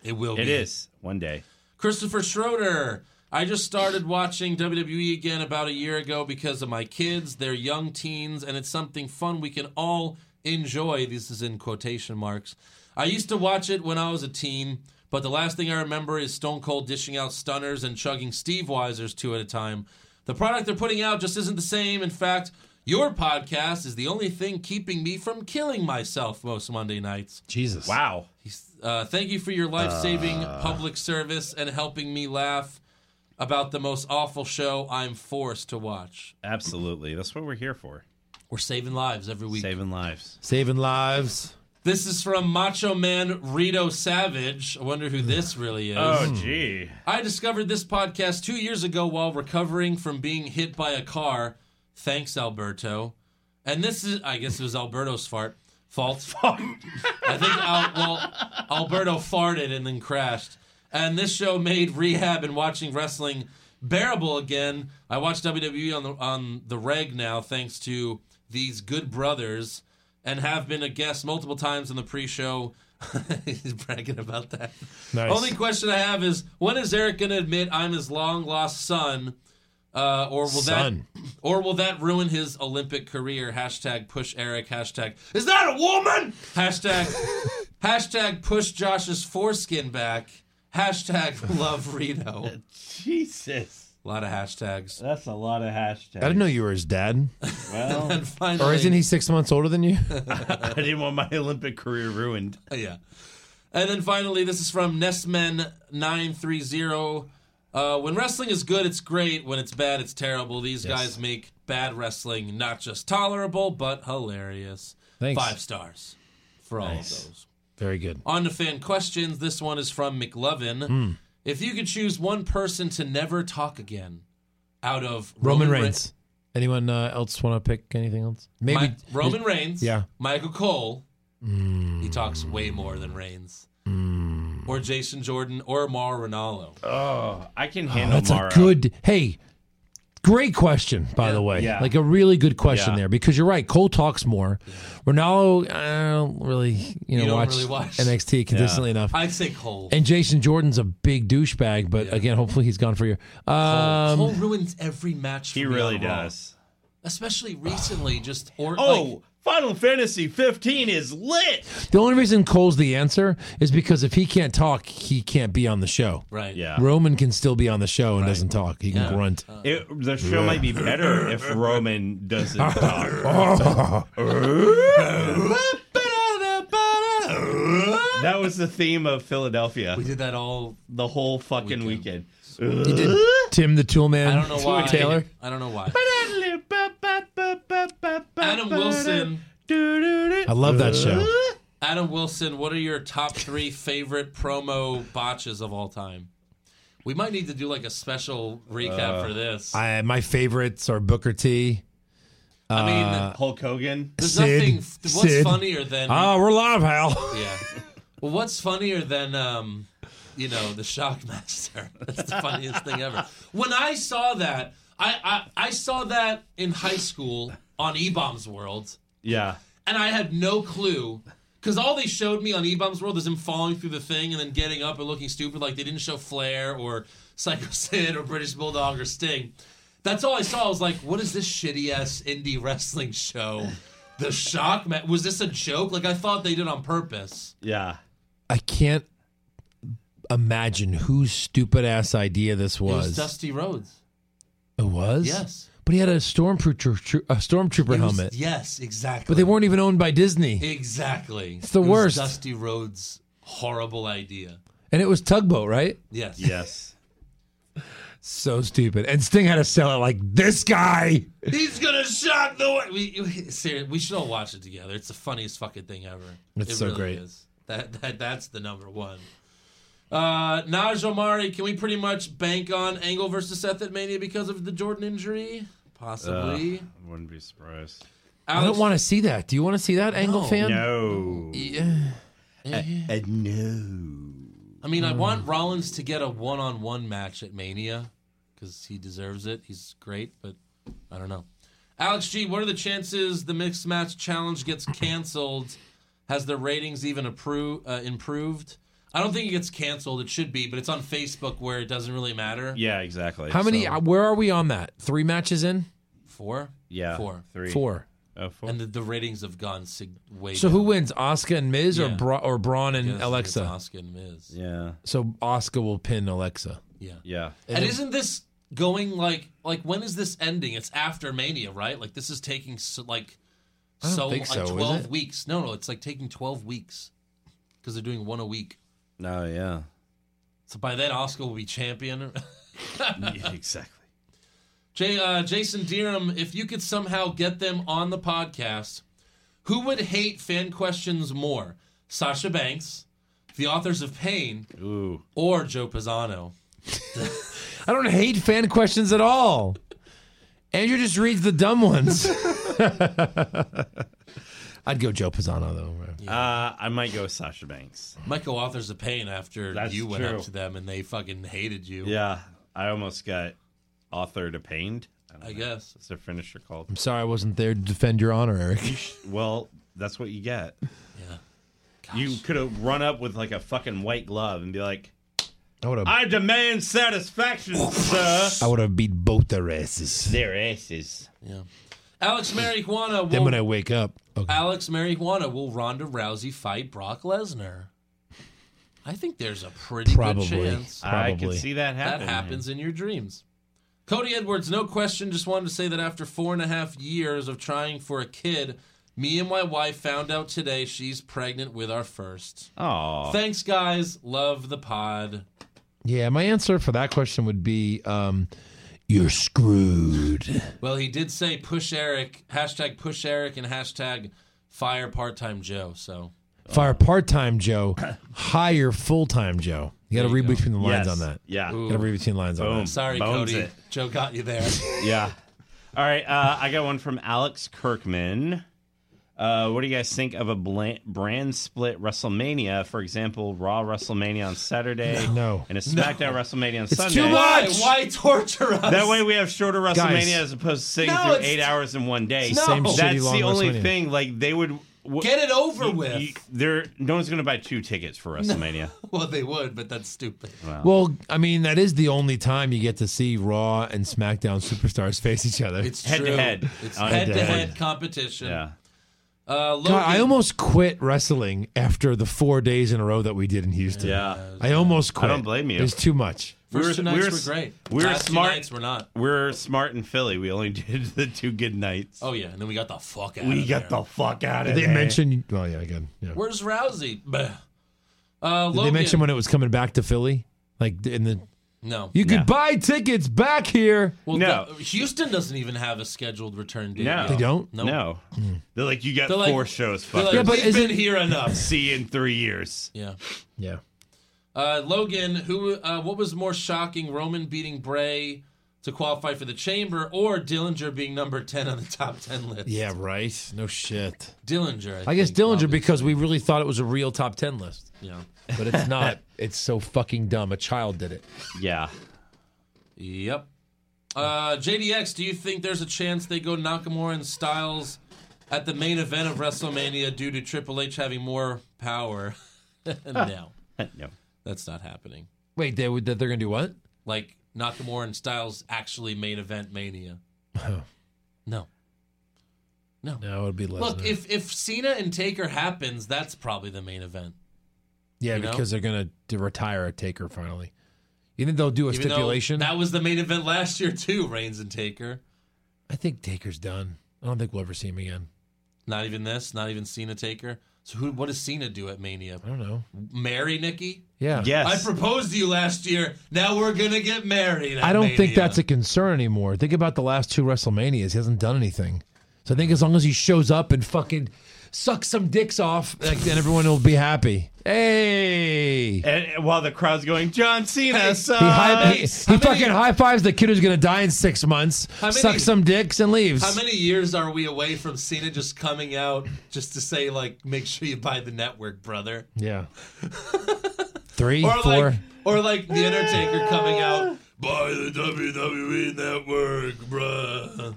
It will
It
be.
is. One day.
Christopher Schroeder. I just started watching WWE again about a year ago because of my kids. They're young teens, and it's something fun we can all enjoy. This is in quotation marks. I used to watch it when I was a teen, but the last thing I remember is Stone Cold dishing out stunners and chugging Steve Weisers two at a time. The product they're putting out just isn't the same. In fact, your podcast is the only thing keeping me from killing myself most Monday nights.
Jesus.
Wow.
Uh, thank you for your life saving
Uh.
public service and helping me laugh about the most awful show I'm forced to watch.
Absolutely. That's what we're here for.
We're saving lives every week.
Saving lives.
Saving lives.
This is from Macho Man Rito Savage. I wonder who this really is.
Oh, gee.
I discovered this podcast two years ago while recovering from being hit by a car. Thanks, Alberto. And this is, I guess it was Alberto's fart. Fault. I think, Al, well, Alberto farted and then crashed. And this show made rehab and watching wrestling bearable again. I watch WWE E on the, on the reg now thanks to these good brothers and have been a guest multiple times in the pre show. He's bragging about that.
Nice.
Only question I have is when is Eric going to admit I'm his long lost son, uh, or will
Son.
that, or will that ruin his Olympic career? Hashtag push Eric. Hashtag is that a woman? Hashtag hashtag push Josh's foreskin back. Hashtag love Reno.
Jesus.
A lot of
Uh,
hashtags.
That's a lot of hashtags.
I didn't know you were his dad.
Well,
And finally-
or isn't he six months older than you?
I didn't want my Olympic career ruined.
uh, Yeah. And then finally, this is from Nestmen930. Uh, when wrestling is good, it's great. When it's bad, it's terrible. These
Yes.
guys make bad wrestling not just tolerable, but hilarious.
Thanks.
Five stars for all of those.
Very good.
On to fan questions. This one is from McLovin.
Mm.
If you could choose one person to never talk again out of
Roman,
Re-
Reigns. Anyone uh, else want to pick anything else? Maybe
Mi- Roman Reigns.
Yeah. Hmm.
Michael Cole. He talks way more than Reigns. Or Jason Jordan or Mar Ronaldo.
Oh, I can
Oh,
handle
that's
uh,
Mara.
a good. Hey, great question, by the way.
Yeah.
Like a really good question
Yeah.
there because you're right. Cole talks more. Ronaldo, I don't really, you know,
don't
watch,
really watch.
NXT consistently enough.
I'd say Cole.
and Jason Jordan's a big douchebag, but again, hopefully he's gone for you. Um,
Cole ruins every match.
He
for me
really
on Raw.
does.
especially recently. just or
Oh,
like,
Final Fantasy 15 is lit.
The only reason Cole's the answer is because if he can't talk, he can't be on the show.
Right.
Yeah.
Roman can still be on the show and doesn't talk. He can grunt.
It, the show might be better if Roman doesn't
Uh,
talk. that was the theme of Philadelphia. We
did that all
the whole fucking weekend.
You did Tim the Toolman.
I don't know why
Taylor.
I don't know why. Adam Wilson.
I love that show.
Adam Wilson, what are your top three favorite promo botches of all time? We might need to do like a special recap
Uh,
for this.
I my favorites are Booker T.
I mean,
uh,
Hulk Hogan.
There's
Sid,
nothing. What's
Sid.
funnier than?
Ah, we're live, Hal.
Yeah. Well, what's funnier than um, you know, the Shockmaster? That's the funniest thing ever. When I saw that, I I, I saw that in high school on E Bombs World,
Yeah.
and I had no clue. Because all they showed me on E Bombs World is him falling through the thing and then getting up and looking stupid. Like they didn't show Flair or Psycho Sid or British Bulldog or Sting. That's all I saw. I was like, what is this shitty ass indie wrestling show? The shock match. Was this a joke? Like, I thought they did on purpose.
Yeah.
I can't imagine whose stupid ass idea this
It
was.
was Dusty Rhodes.
It was?
Yes.
But he had a stormtrooper tro- a stormtrooper
It was-
helmet.
Yes, exactly.
But they weren't even owned by Disney.
Exactly.
It's the
It was
worst.
Dusty Rhodes' horrible idea.
And it was tugboat, right?
Yes.
Yes.
So stupid. And Sting had to sell it like this guy.
He's gonna shock the world. We, we, seriously, we should all watch it together. It's the funniest fucking thing ever.
It's
it
so
really
great.
Is. That, that that's the number one. Uh, Naj Omari, can we pretty much bank on Angle versus Seth at Mania because of the Jordan injury? Possibly.
Ugh, wouldn't be surprised.
Uh, I don't want to see that. Do you want to see that, Angle
No.
Um,
fan?
No.
Yeah.
A- a no.
I mean,
Mm.
I want Rollins to get a one-on-one match at Mania because he deserves it. He's great, but I don't know. Alex G, what are the chances the mixed match challenge gets canceled? Has the ratings even appro- uh, improved? I don't think it gets canceled. It should be, but it's on Facebook where it doesn't really matter.
Yeah, exactly.
How many?
So-
uh, Where are we on that? Three matches in?
Four.
yeah.
Four.
Three.
Four.
Oh, four.
And the, the ratings have gone sig- way.
So who
down.
wins? Oscar and Miz or
Yeah.
Bra- or Braun
I guess
and
it's
Alexa?
Asuka and Miz.
yeah.
So Oscar will pin Alexa.
Yeah.
Yeah.
And isn't this going like like when is this ending? It's after Mania, right? Like this is taking so, like
I don't
so
think so,
like
is
twelve
it?
weeks. No, no, it's like taking twelve weeks because they're doing one a week.
No, yeah.
So by then, Oscar will be champion.
Yeah, exactly.
Jay, uh, Jason Deerham, if you could somehow get them on the podcast, who would hate fan questions more? Sasha Banks, the authors of Pain,
Ooh.
or Joe Pisano?
I don't hate fan questions at all. Andrew just reads the dumb ones. I'd go Joe Pisano though.
Uh, I might go with Sasha Banks.
Might go authors of Pain after
That's
you went
true.
up to them and they fucking hated you.
Yeah. I almost got author to pained.
I guess.
What's their finisher called?
I'm sorry I wasn't there to defend your honor, Eric.
Well, that's what you get.
Yeah.
You could have run up with like a fucking white glove and be like,
I would have.
I demand satisfaction, sir.
I would have beat both their asses.
Their asses.
Yeah. Alex Marijuana
Then
will
when I wake up, okay.
Alex Marijuana will Ronda Rousey fight Brock Lesnar. I think there's a pretty
Probably.
good chance
I can
Probably.
see that
that
happening.
happens in your dreams. Cody Edwards, no question. Just wanted to say that after four and a half years of trying for a kid, me and my wife found out today she's pregnant with our first.
Oh,
Thanks, guys. Love the pod.
Yeah, my answer for that question would be, um, you're screwed.
Well, he did say push Eric, hashtag push Eric, and hashtag fire part time Joe. So
Fire part time Joe, hire full time Joe. You got to read between the lines
Yes.
on that.
Yeah.
Got to read between the lines on
Boom.
that.
sorry,
Bones
Cody.
it.
Joe got you there.
Yeah. All right. Uh, I got one from Alex Kirkman. Uh, what do you guys think of a blan- brand split WrestleMania? For example, Raw WrestleMania on Saturday.
No.
And a SmackDown WrestleMania on Sunday.
too much.
Why?
Watch.
Why torture us?
That way we have shorter WrestleMania as opposed to sitting
No,
through
it's-
eight hours in one day.
No. Same shitty
That's
long
the only
WrestleMania.
thing. Like they would w-
Get it over with.
there, no one's going to buy two tickets for WrestleMania.
well, they would, but that's stupid.
Well, I mean, that is the only time you get to see Raw and SmackDown superstars face each other.
It's
Head to
true.
head.
It's
Uh,
head to
head-to-head.
head competition.
Yeah.
Uh, Logan,
God, I almost quit wrestling after the four days in a row that we did in Houston.
Yeah.
I almost quit.
don't blame you.
It was too much.
first
we're-
two nights
we're-
were, great.
we're
Last
smart.
Two nights were not.
We're smart in Philly. We only did the two good nights.
Oh yeah, and then we got the fuck out.
we
of
got
there.
the fuck out of
Did they
there.
mention? Well, yeah, again. Yeah. Did
Where's Rousey? Bleh. Uh, Logan.
they mention when it was coming back to Philly? Like in the
no.
you could buy tickets back here.
well,
No.
the- Houston doesn't even have a scheduled return date.
No.
yet.
They don't?
Nope.
No.
Hmm.
They're like, you got
They're like-
four shows.
They're
Fuck.
like,
Yeah, but
we've
is
been
it-
here enough.
See you in three years.
Yeah.
Yeah.
Uh, Logan, who? Uh, what was more shocking, Roman beating Bray to qualify for the Chamber, or Dillinger being number ten on the top ten list?
Yeah. Right. No shit.
Dillinger. I,
I guess
think,
Dillinger
probably.
because we really thought it was a real top ten list,
Yeah.
but it's not. it's so fucking dumb. A child did it.
Yeah.
Yep. Uh, JDX, do you think there's a chance they go Nakamura and Styles at the main event of WrestleMania due to Triple H having more power? no,
No.
that's not happening.
Wait, they would. They're gonna do what?
Like Nakamura and Styles actually main event Mania. No. No.
No, it would be Lesnar.
Look, if if Cena and Taker happens, that's probably the main event.
yeah,
you know?
because they're gonna d- retire a taker finally. You think they'll do a
Even though
stipulation?
That was the main event last year too, Reigns and Taker.
I think Taker's done. I don't think we'll ever see him again.
Not even this, not even Cena Taker. So who what does Cena do at Mania? I
don't know.
Marry Nikki?
Yeah.
I proposed to you last year. Now we're gonna get married. at
I don't think
Mania.
that's a concern anymore. Think about the last two WrestleManias. He hasn't done anything. So I think as long as he shows up and fucking sucks some dicks off, like, then everyone will be happy. Hey.
And while the crowd's going, John Cena sucks.
He,
Uh,
high, he, he fucking high fives the kid who's gonna die in six months,
How many-
sucks some dicks and leaves.
How many years are we away from Cena just coming out just to say like, make sure you buy the network, brother?
yeah. Three,
or
E four.
like, or like the Undertaker coming out, buy the WWE network, bruh.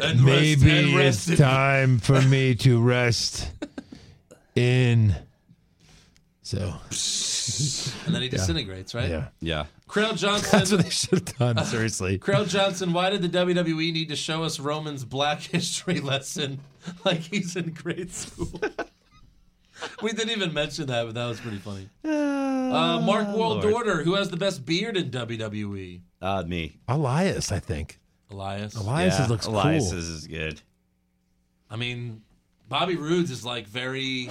And rest-
Maybe
and rest
it's
in-
time for me to rest in. So
And then he disintegrates, right?
Yeah.
Yeah.
Crail Johnson.
That's what they should have
Uh,
done. Seriously.
Crail Johnson, why did the WWE need to show us Roman's black history lesson like he's in grade school? we didn't even mention that, but that was pretty funny. Uh, Mark
Lord.
Waldorter, who has the best beard in WWE?
Uh, me.
Elias, I think.
Elias.
Elias
Yeah,
looks
Elias
cool.
is good.
I mean, Bobby Roode's is like very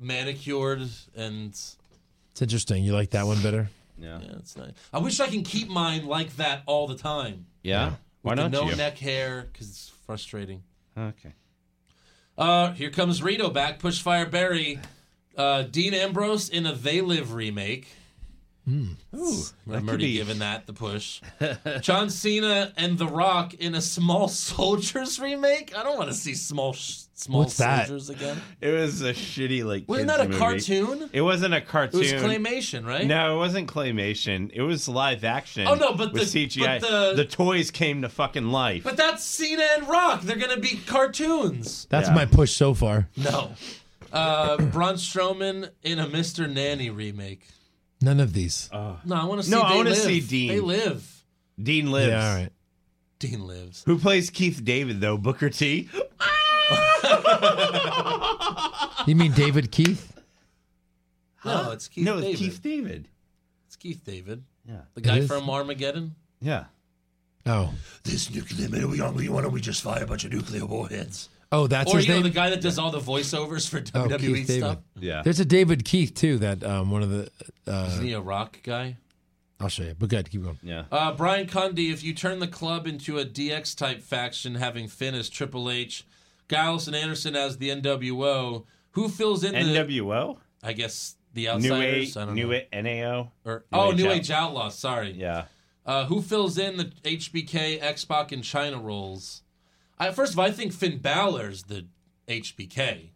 manicured and
It's interesting. You like that one better?
Yeah.
yeah, it's nice. I wish I can keep mine like that all the time.
Yeah. Why
With the
not
No
you?
neck hair because it's frustrating.
Okay.
Uh, here comes Rito back. Push fire Barry. Uh, Dean Ambrose in a They Live remake.
Hmm. Ooh, that
I'm
could
already
be.
giving that the push. John Cena and The Rock in a Small Soldiers remake. I don't want to see Small Small
What's that?
Soldiers again.
It was a shitty like.
Wasn't
kids
that a
movie.
cartoon?
It wasn't a cartoon.
claymation, right?
No, it wasn't claymation. It was live action.
Oh, no, but
with
the-
CGI,
but the-
toys came to fucking life.
But that's Cena and Rock. They're gonna be cartoons.
That's my push so far.
No. Uh, Braun Strowman in a Mr. Nanny remake.
None of these.
No, I want to see.
No, I
They
wanna
Live.
see Dean.
They live.
Dean lives.
Yeah, all right.
Dean lives.
Who plays Keith David though? Booker T.
You mean David Keith?
No, it's Keith.
no, it's
David.
Keith David.
It's Keith David.
Yeah.
The
It
guy
is?
from Armageddon.
Yeah.
Oh.
This nuclear man, we we want to we just fire a bunch of nuclear warheads.
Oh, that's
or
his
you
name?
know the guy that does all the voiceovers for
Oh,
WWE
Keith David.
stuff.
There's a David Keith too. That um, one of the. Uh,
Isn't he a rock guy?
I'll show you. But good, keep going.
Yeah.
Uh, Brian Cundy, if you turn the club into a DX type faction, having Finn as Triple H, Giles and Anderson as the NWO, who fills in the
NWO.
I guess the
New
outsiders.
Age.
I don't
New
know.
Age. NAO.
Or, oh, New Age Outlaws. Sorry.
Yeah.
Uh, who fills in the HBK, Xbox, and China roles? I, first of all, I think Finn Balor's the HBK.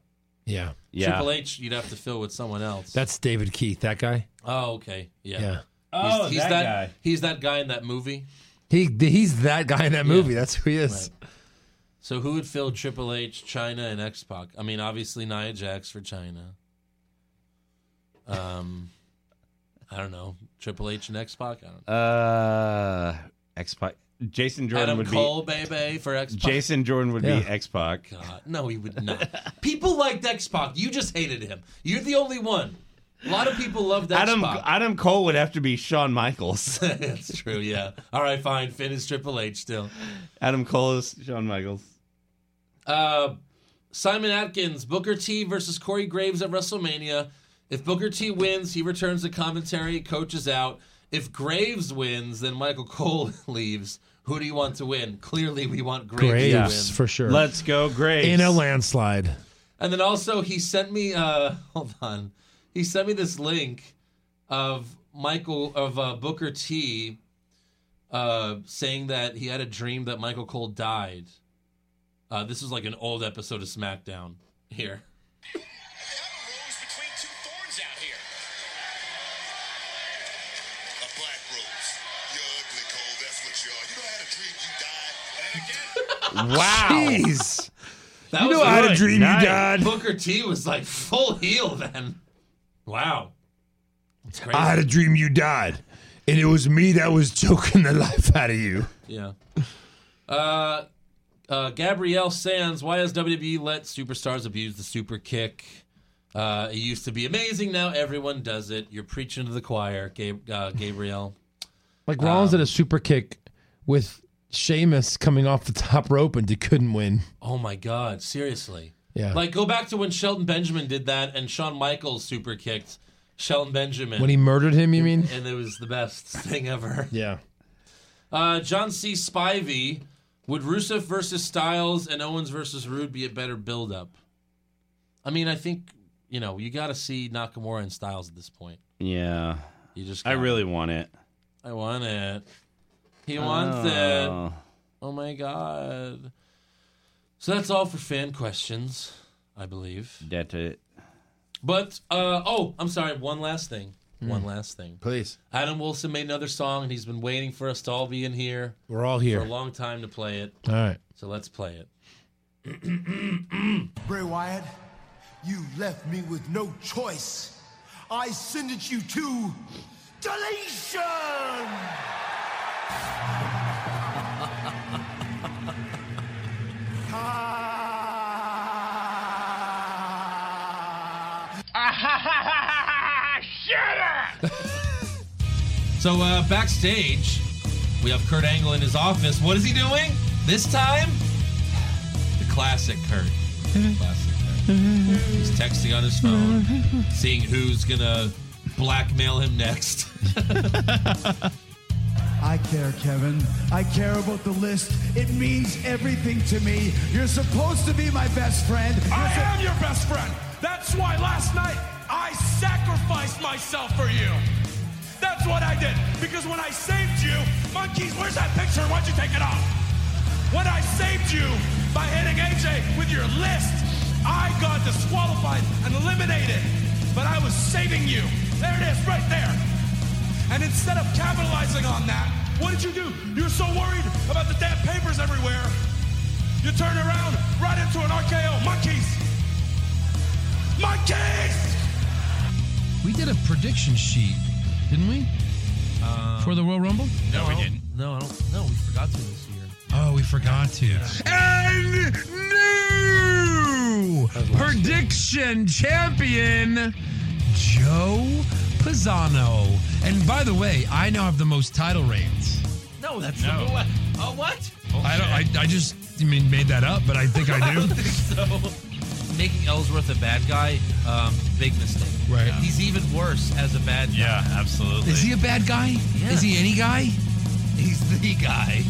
Yeah.
Yeah.
Triple H, you'd have to fill with someone else.
That's David Keith. That guy.
Oh, okay. Yeah.
Yeah.
Oh, that guy.
He's that guy in that movie.
He he's that guy in that movie. That's who he is.
So who would fill Triple H, China, and X Pac? I mean, obviously Nia Jax for China. Um, I don't know. Triple H and X Pac. I don't know.
Uh, X Pac. Jason Jordan
Adam
would
Cole, baby, for X
be.
Pac.
Jason Jordan would be
Yeah.
X Pac.
God, no, he would not. people liked X Pac. You just hated him. You're the only one. A lot of people loved X
Adam
Pac.
Adam Cole would have to be Shawn Michaels.
That's true. Yeah. All right. Fine. Finn is Triple H still.
Adam Cole is Shawn Michaels.
Uh, Simon Atkins, Booker T versus Corey Graves at WrestleMania. If Booker T wins, he returns to commentary, coaches out. If Graves wins, then Michael Cole leaves. Who do you want to win? Clearly, we want Graves, to win.
Graves for sure.
Let's go, Graves.
in a landslide.
And then also he sent me uh hold on. He sent me this link of Michael of uh, Booker T uh saying that he had a dream that Michael Cole died. Uh this was like an old episode of SmackDown here.
between two thorns out here. A black rose. You're ugly, Cole. That's what you are. You know I had a dream you died. And again.
Wow.
Jeez.
That
You
was
know I had a
good.
dream you died.
Booker T was like full heel then. Wow. That's crazy.
I had a dream you died. and it was me that was choking the life out of you.
Yeah. Uh, uh, Gabrielle Sands, why has WWE let superstars abuse the super kick? Uh, it used to be amazing. Now everyone does it. You're preaching to the choir, Gab- uh, Gabrielle.
Like Rollins did a super kick with Sheamus coming off the top rope and he couldn't win.
Oh my God, seriously.
Yeah.
Like, go back to when Shelton Benjamin did that and Shawn Michaels super kicked Shelton Benjamin.
When he murdered him, you mean?
And it was the best thing ever.
Yeah.
Uh, John C. Spivey, would Rusev versus Styles and Owens versus Rude be a better build up? I mean, I think, you know, you got to see Nakamura and Styles at this point.
Yeah.
You just
I really want it.
I want it. He wants
Oh.
it. Oh my god. So that's all for fan questions, I believe.
That's it.
But uh oh, I'm sorry, one last thing. One
Hmm.
Mm.
last thing.
Please.
Adam Wilson made another song and he's been waiting for us to all be in here.
We're all here.
For a long time to play it.
All right.
So let's play it.
Bray Wyatt, you left me with no choice. I sentenced you to deletion.
Shut up!
So uh, backstage, we have Kurt Angle in his office. What is he doing this time? The classic Kurt. Classic Kurt. He's texting on his phone, seeing who's gonna blackmail him next.
I care, Kevin. I care about the list. It means everything to me. You're supposed to be my best friend.
I am your best friend. That's why last night I sacrificed myself for you. That's what I did. Because when I saved you, monkeys, where's that picture? Why'd you take it off? When I saved you by hitting AJ with your list, I got disqualified and eliminated. But I was saving you. There it is, right there. And instead of capitalizing on that, what did you do? You're so worried about the damn papers everywhere. You turn around right into an RKO. Monkeys! Monkeys!
We did a prediction sheet, didn't we? For the Royal Rumble?
no, we didn't. No, I don't. No, we forgot to this year.
Oh, we forgot to. And new prediction champion, Joe Pisano. And by the way, I now have the most title reigns.
No,
that's No.
what. Oh, what?
I don't. I, I just I mean made that up, but I think I do.
don't think so. Making Ellsworth a bad guy, um, big mistake.
Right.
He's even worse as a bad guy.
Yeah, absolutely.
Is he a bad guy? Is he any guy?
He's the guy.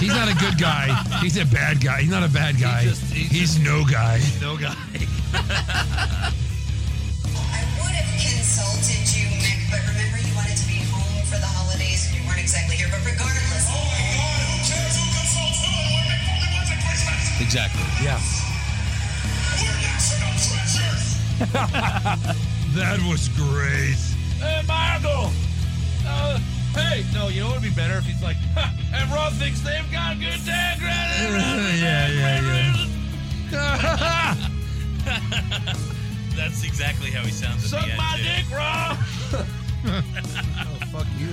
He's not a good guy. He's a bad guy. He's not a bad guy. he's no guy.
No guy.
I would have consulted you, Mick, but remember you wanted to be home for the holidays and you weren't exactly here. But regardless. Oh my god, who cares who consults who?
Exactly.
Yeah.
We're national treasures.
that was great.
Hey, Michael! Uh, hey, no, you know what would be better if he's like, ha, and Raw thinks they've got good tag
yeah, yeah,
credit.
That's exactly how he sounds.
Suck my dick, Raw!
Fuck you.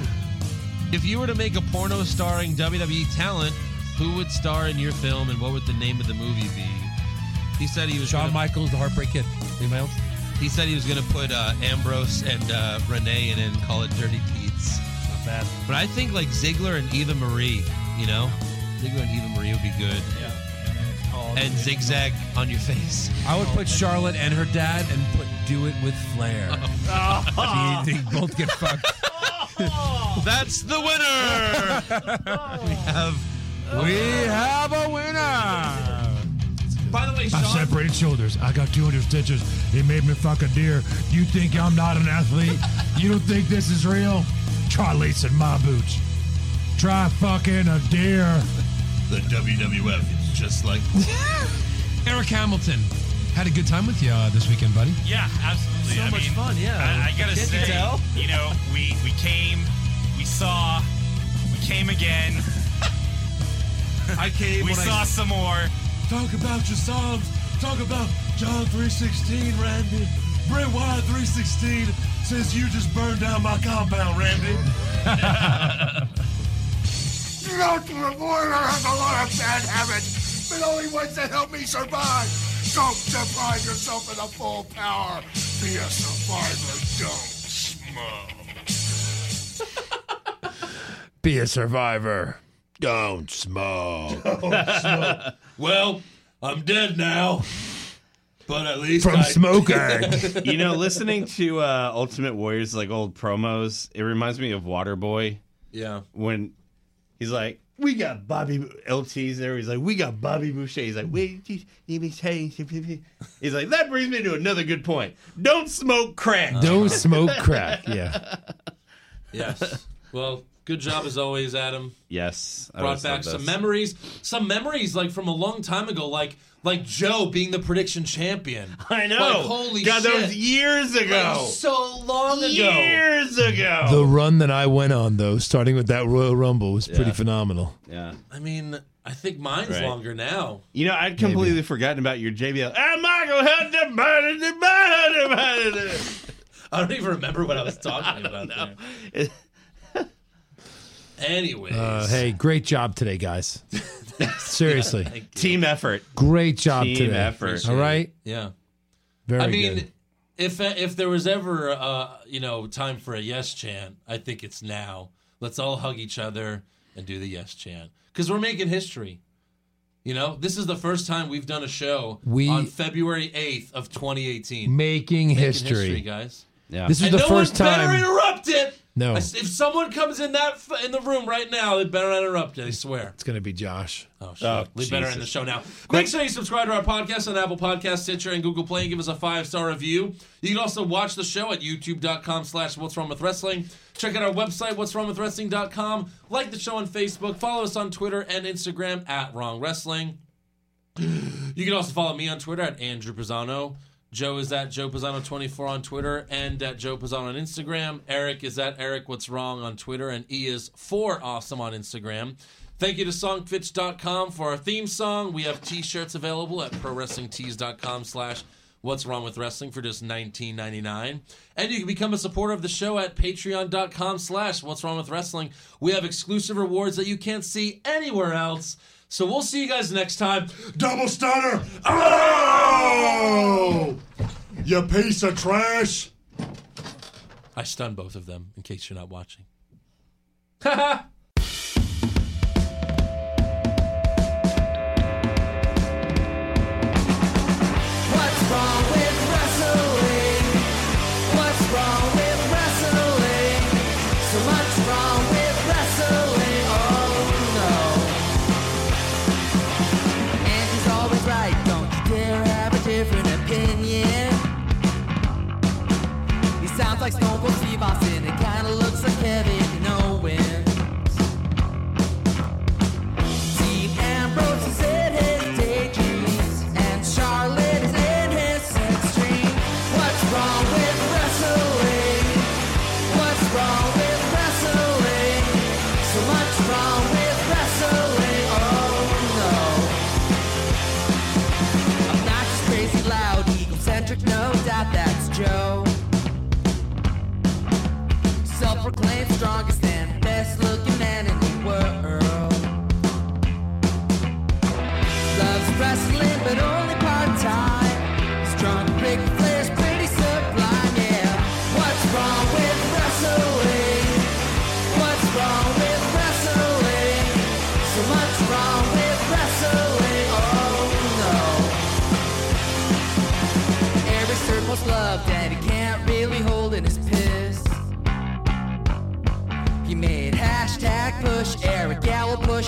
If you were to make a porno starring WWE talent, who would star in your film and what would the name of the movie be? He said he was Shawn
Michaels, the Heartbreak Kid. Anybody else?
He said he was going to put uh, Ambrose and uh, Renee in and call it Dirty Deeds. Not bad. But I think like Ziggler and Eva Marie, you know, Ziggler and Eva Marie would be good. Yeah. And zigzag on your face.
I would put Charlotte and her dad and put Do It With Flair.
Oh.
they, they both get fucked.
That's the winner. we have.
we have a winner.
By the way,
I separated shoulders. I got 200 stitches. It made me fuck a deer. You think I'm not an athlete? you don't think this is real? Try lacing my boots. Try fucking a deer.
The WWF is just like.
Eric Hamilton, had a good time with you uh, this weekend, buddy.
Yeah, absolutely.
So
I
much
mean,
fun, yeah.
I, I gotta
Can't you
say,
tell?
you know, we we came, we saw, we came again.
I came.
We
when I-
saw some more.
Talk about your Psalms. Talk about John 3.16, Randy. Brent Wine 316 says you just burned down my compound, Randy.
You know, to avoid I have a lot of bad habits, but only ones that help me survive. Don't deprive yourself of the full power. Be a survivor. Don't smoke.
Be a survivor. Don't smoke.
well, I'm dead now. But at least
From
I-
smoking.
you know, listening to uh, Ultimate Warriors like old promos, it reminds me of Waterboy.
Yeah.
When he's like, "We got Bobby LT's there." He's like, "We got Bobby Boucher." He's like, "Wait, you- you be saying-" He's like, "That brings me to another good point. Don't smoke crack.
Don't smoke crack. Yeah.
Yes. Well, good job as always, Adam.
Yes, I
Brought
always love
back some
this.
memories, some memories like from a long time ago, like like Joe being the prediction champion.
I know.
Like, holy
God,
shit.
that was years ago.
Like, so long ago.
Years ago.
Oh.
The run that I went on, though, starting with that Royal Rumble, was pretty
Yeah.
phenomenal.
Yeah.
I mean, I think mine's
Right.
longer now.
You know, I'd completely forgotten about your JBL. Ah, Michael, how the body, the body, the body.
I don't even remember what I was talking about there. Anyways,
Uh, hey, great job today, guys. Seriously.
Team effort.
Great job
Team
today.
effort.
All right?
Yeah.
Very
I mean,
good.
if if there was ever uh, you know time for a yes chant, I think it's now. Let's all hug each other and do the yes chant because we're making history. You know, this is the first time we've done a show
We-
on February eighth of 2018.
Making history.
guys.
Yeah. This is
And
the
no
first
one Better
time-
interrupt it.
No.
I s- if someone comes in that f- in the room right now, they better not interrupt it. I swear.
It's going to be Josh.
Oh, shit. we better end the show now. Make sure you subscribe to our podcast on Apple Podcasts, Stitcher, and Google Play and give us a five-star review. You can also watch the show at youtube.com slash what's wrong with wrestling. Check out our website, what's wrong with wrestling.com. Like the show on Facebook. Follow us on Twitter and Instagram at wrong wrestling. You can also follow me on Twitter at Andrew Pisano. Joe is at Joe Pisano24 on Twitter and at Joe Pisano on Instagram. Eric is at Eric What's Wrong on Twitter and E is for Awesome on Instagram. Thank you to songfitch.com for our theme song. We have t-shirts available at prowrestlingtees.com slash what's wrong with wrestling for just $19.99. And you can become a supporter of the show at patreon.com slash what's wrong with wrestling. We have exclusive rewards that you can't see anywhere else. So we'll see you guys next time. Double stunner!
Oh! You piece of trash!
I stunned both of them in case you're not watching.
What's wrong with wrestling? What's wrong with wrestling? So much wrong with wrestling. Oh no. And he's always right. Don't you dare have a different opinion. He sounds like Stone Cold Steve Austin. It kinda looks like Kevin Owens. Dean Ambrose is in his daydreams, and Charlotte is in his sex dream. What's wrong with wrestling? What's wrong with wrestling? So much wrong with wrestling. Oh no. Obnoxious, crazy, loud, egocentric, no doubt that's Joe. Self-proclaimed strongest and best-looking man in the world. Loves wrestling, but only part time. Strong big players, pretty sublime, yeah. What's wrong with wrestling? What's wrong with wrestling? So much wrong with wrestling, oh no. Every circle's love that he can't really hold in his piss. He made hashtag push Eric Gallo push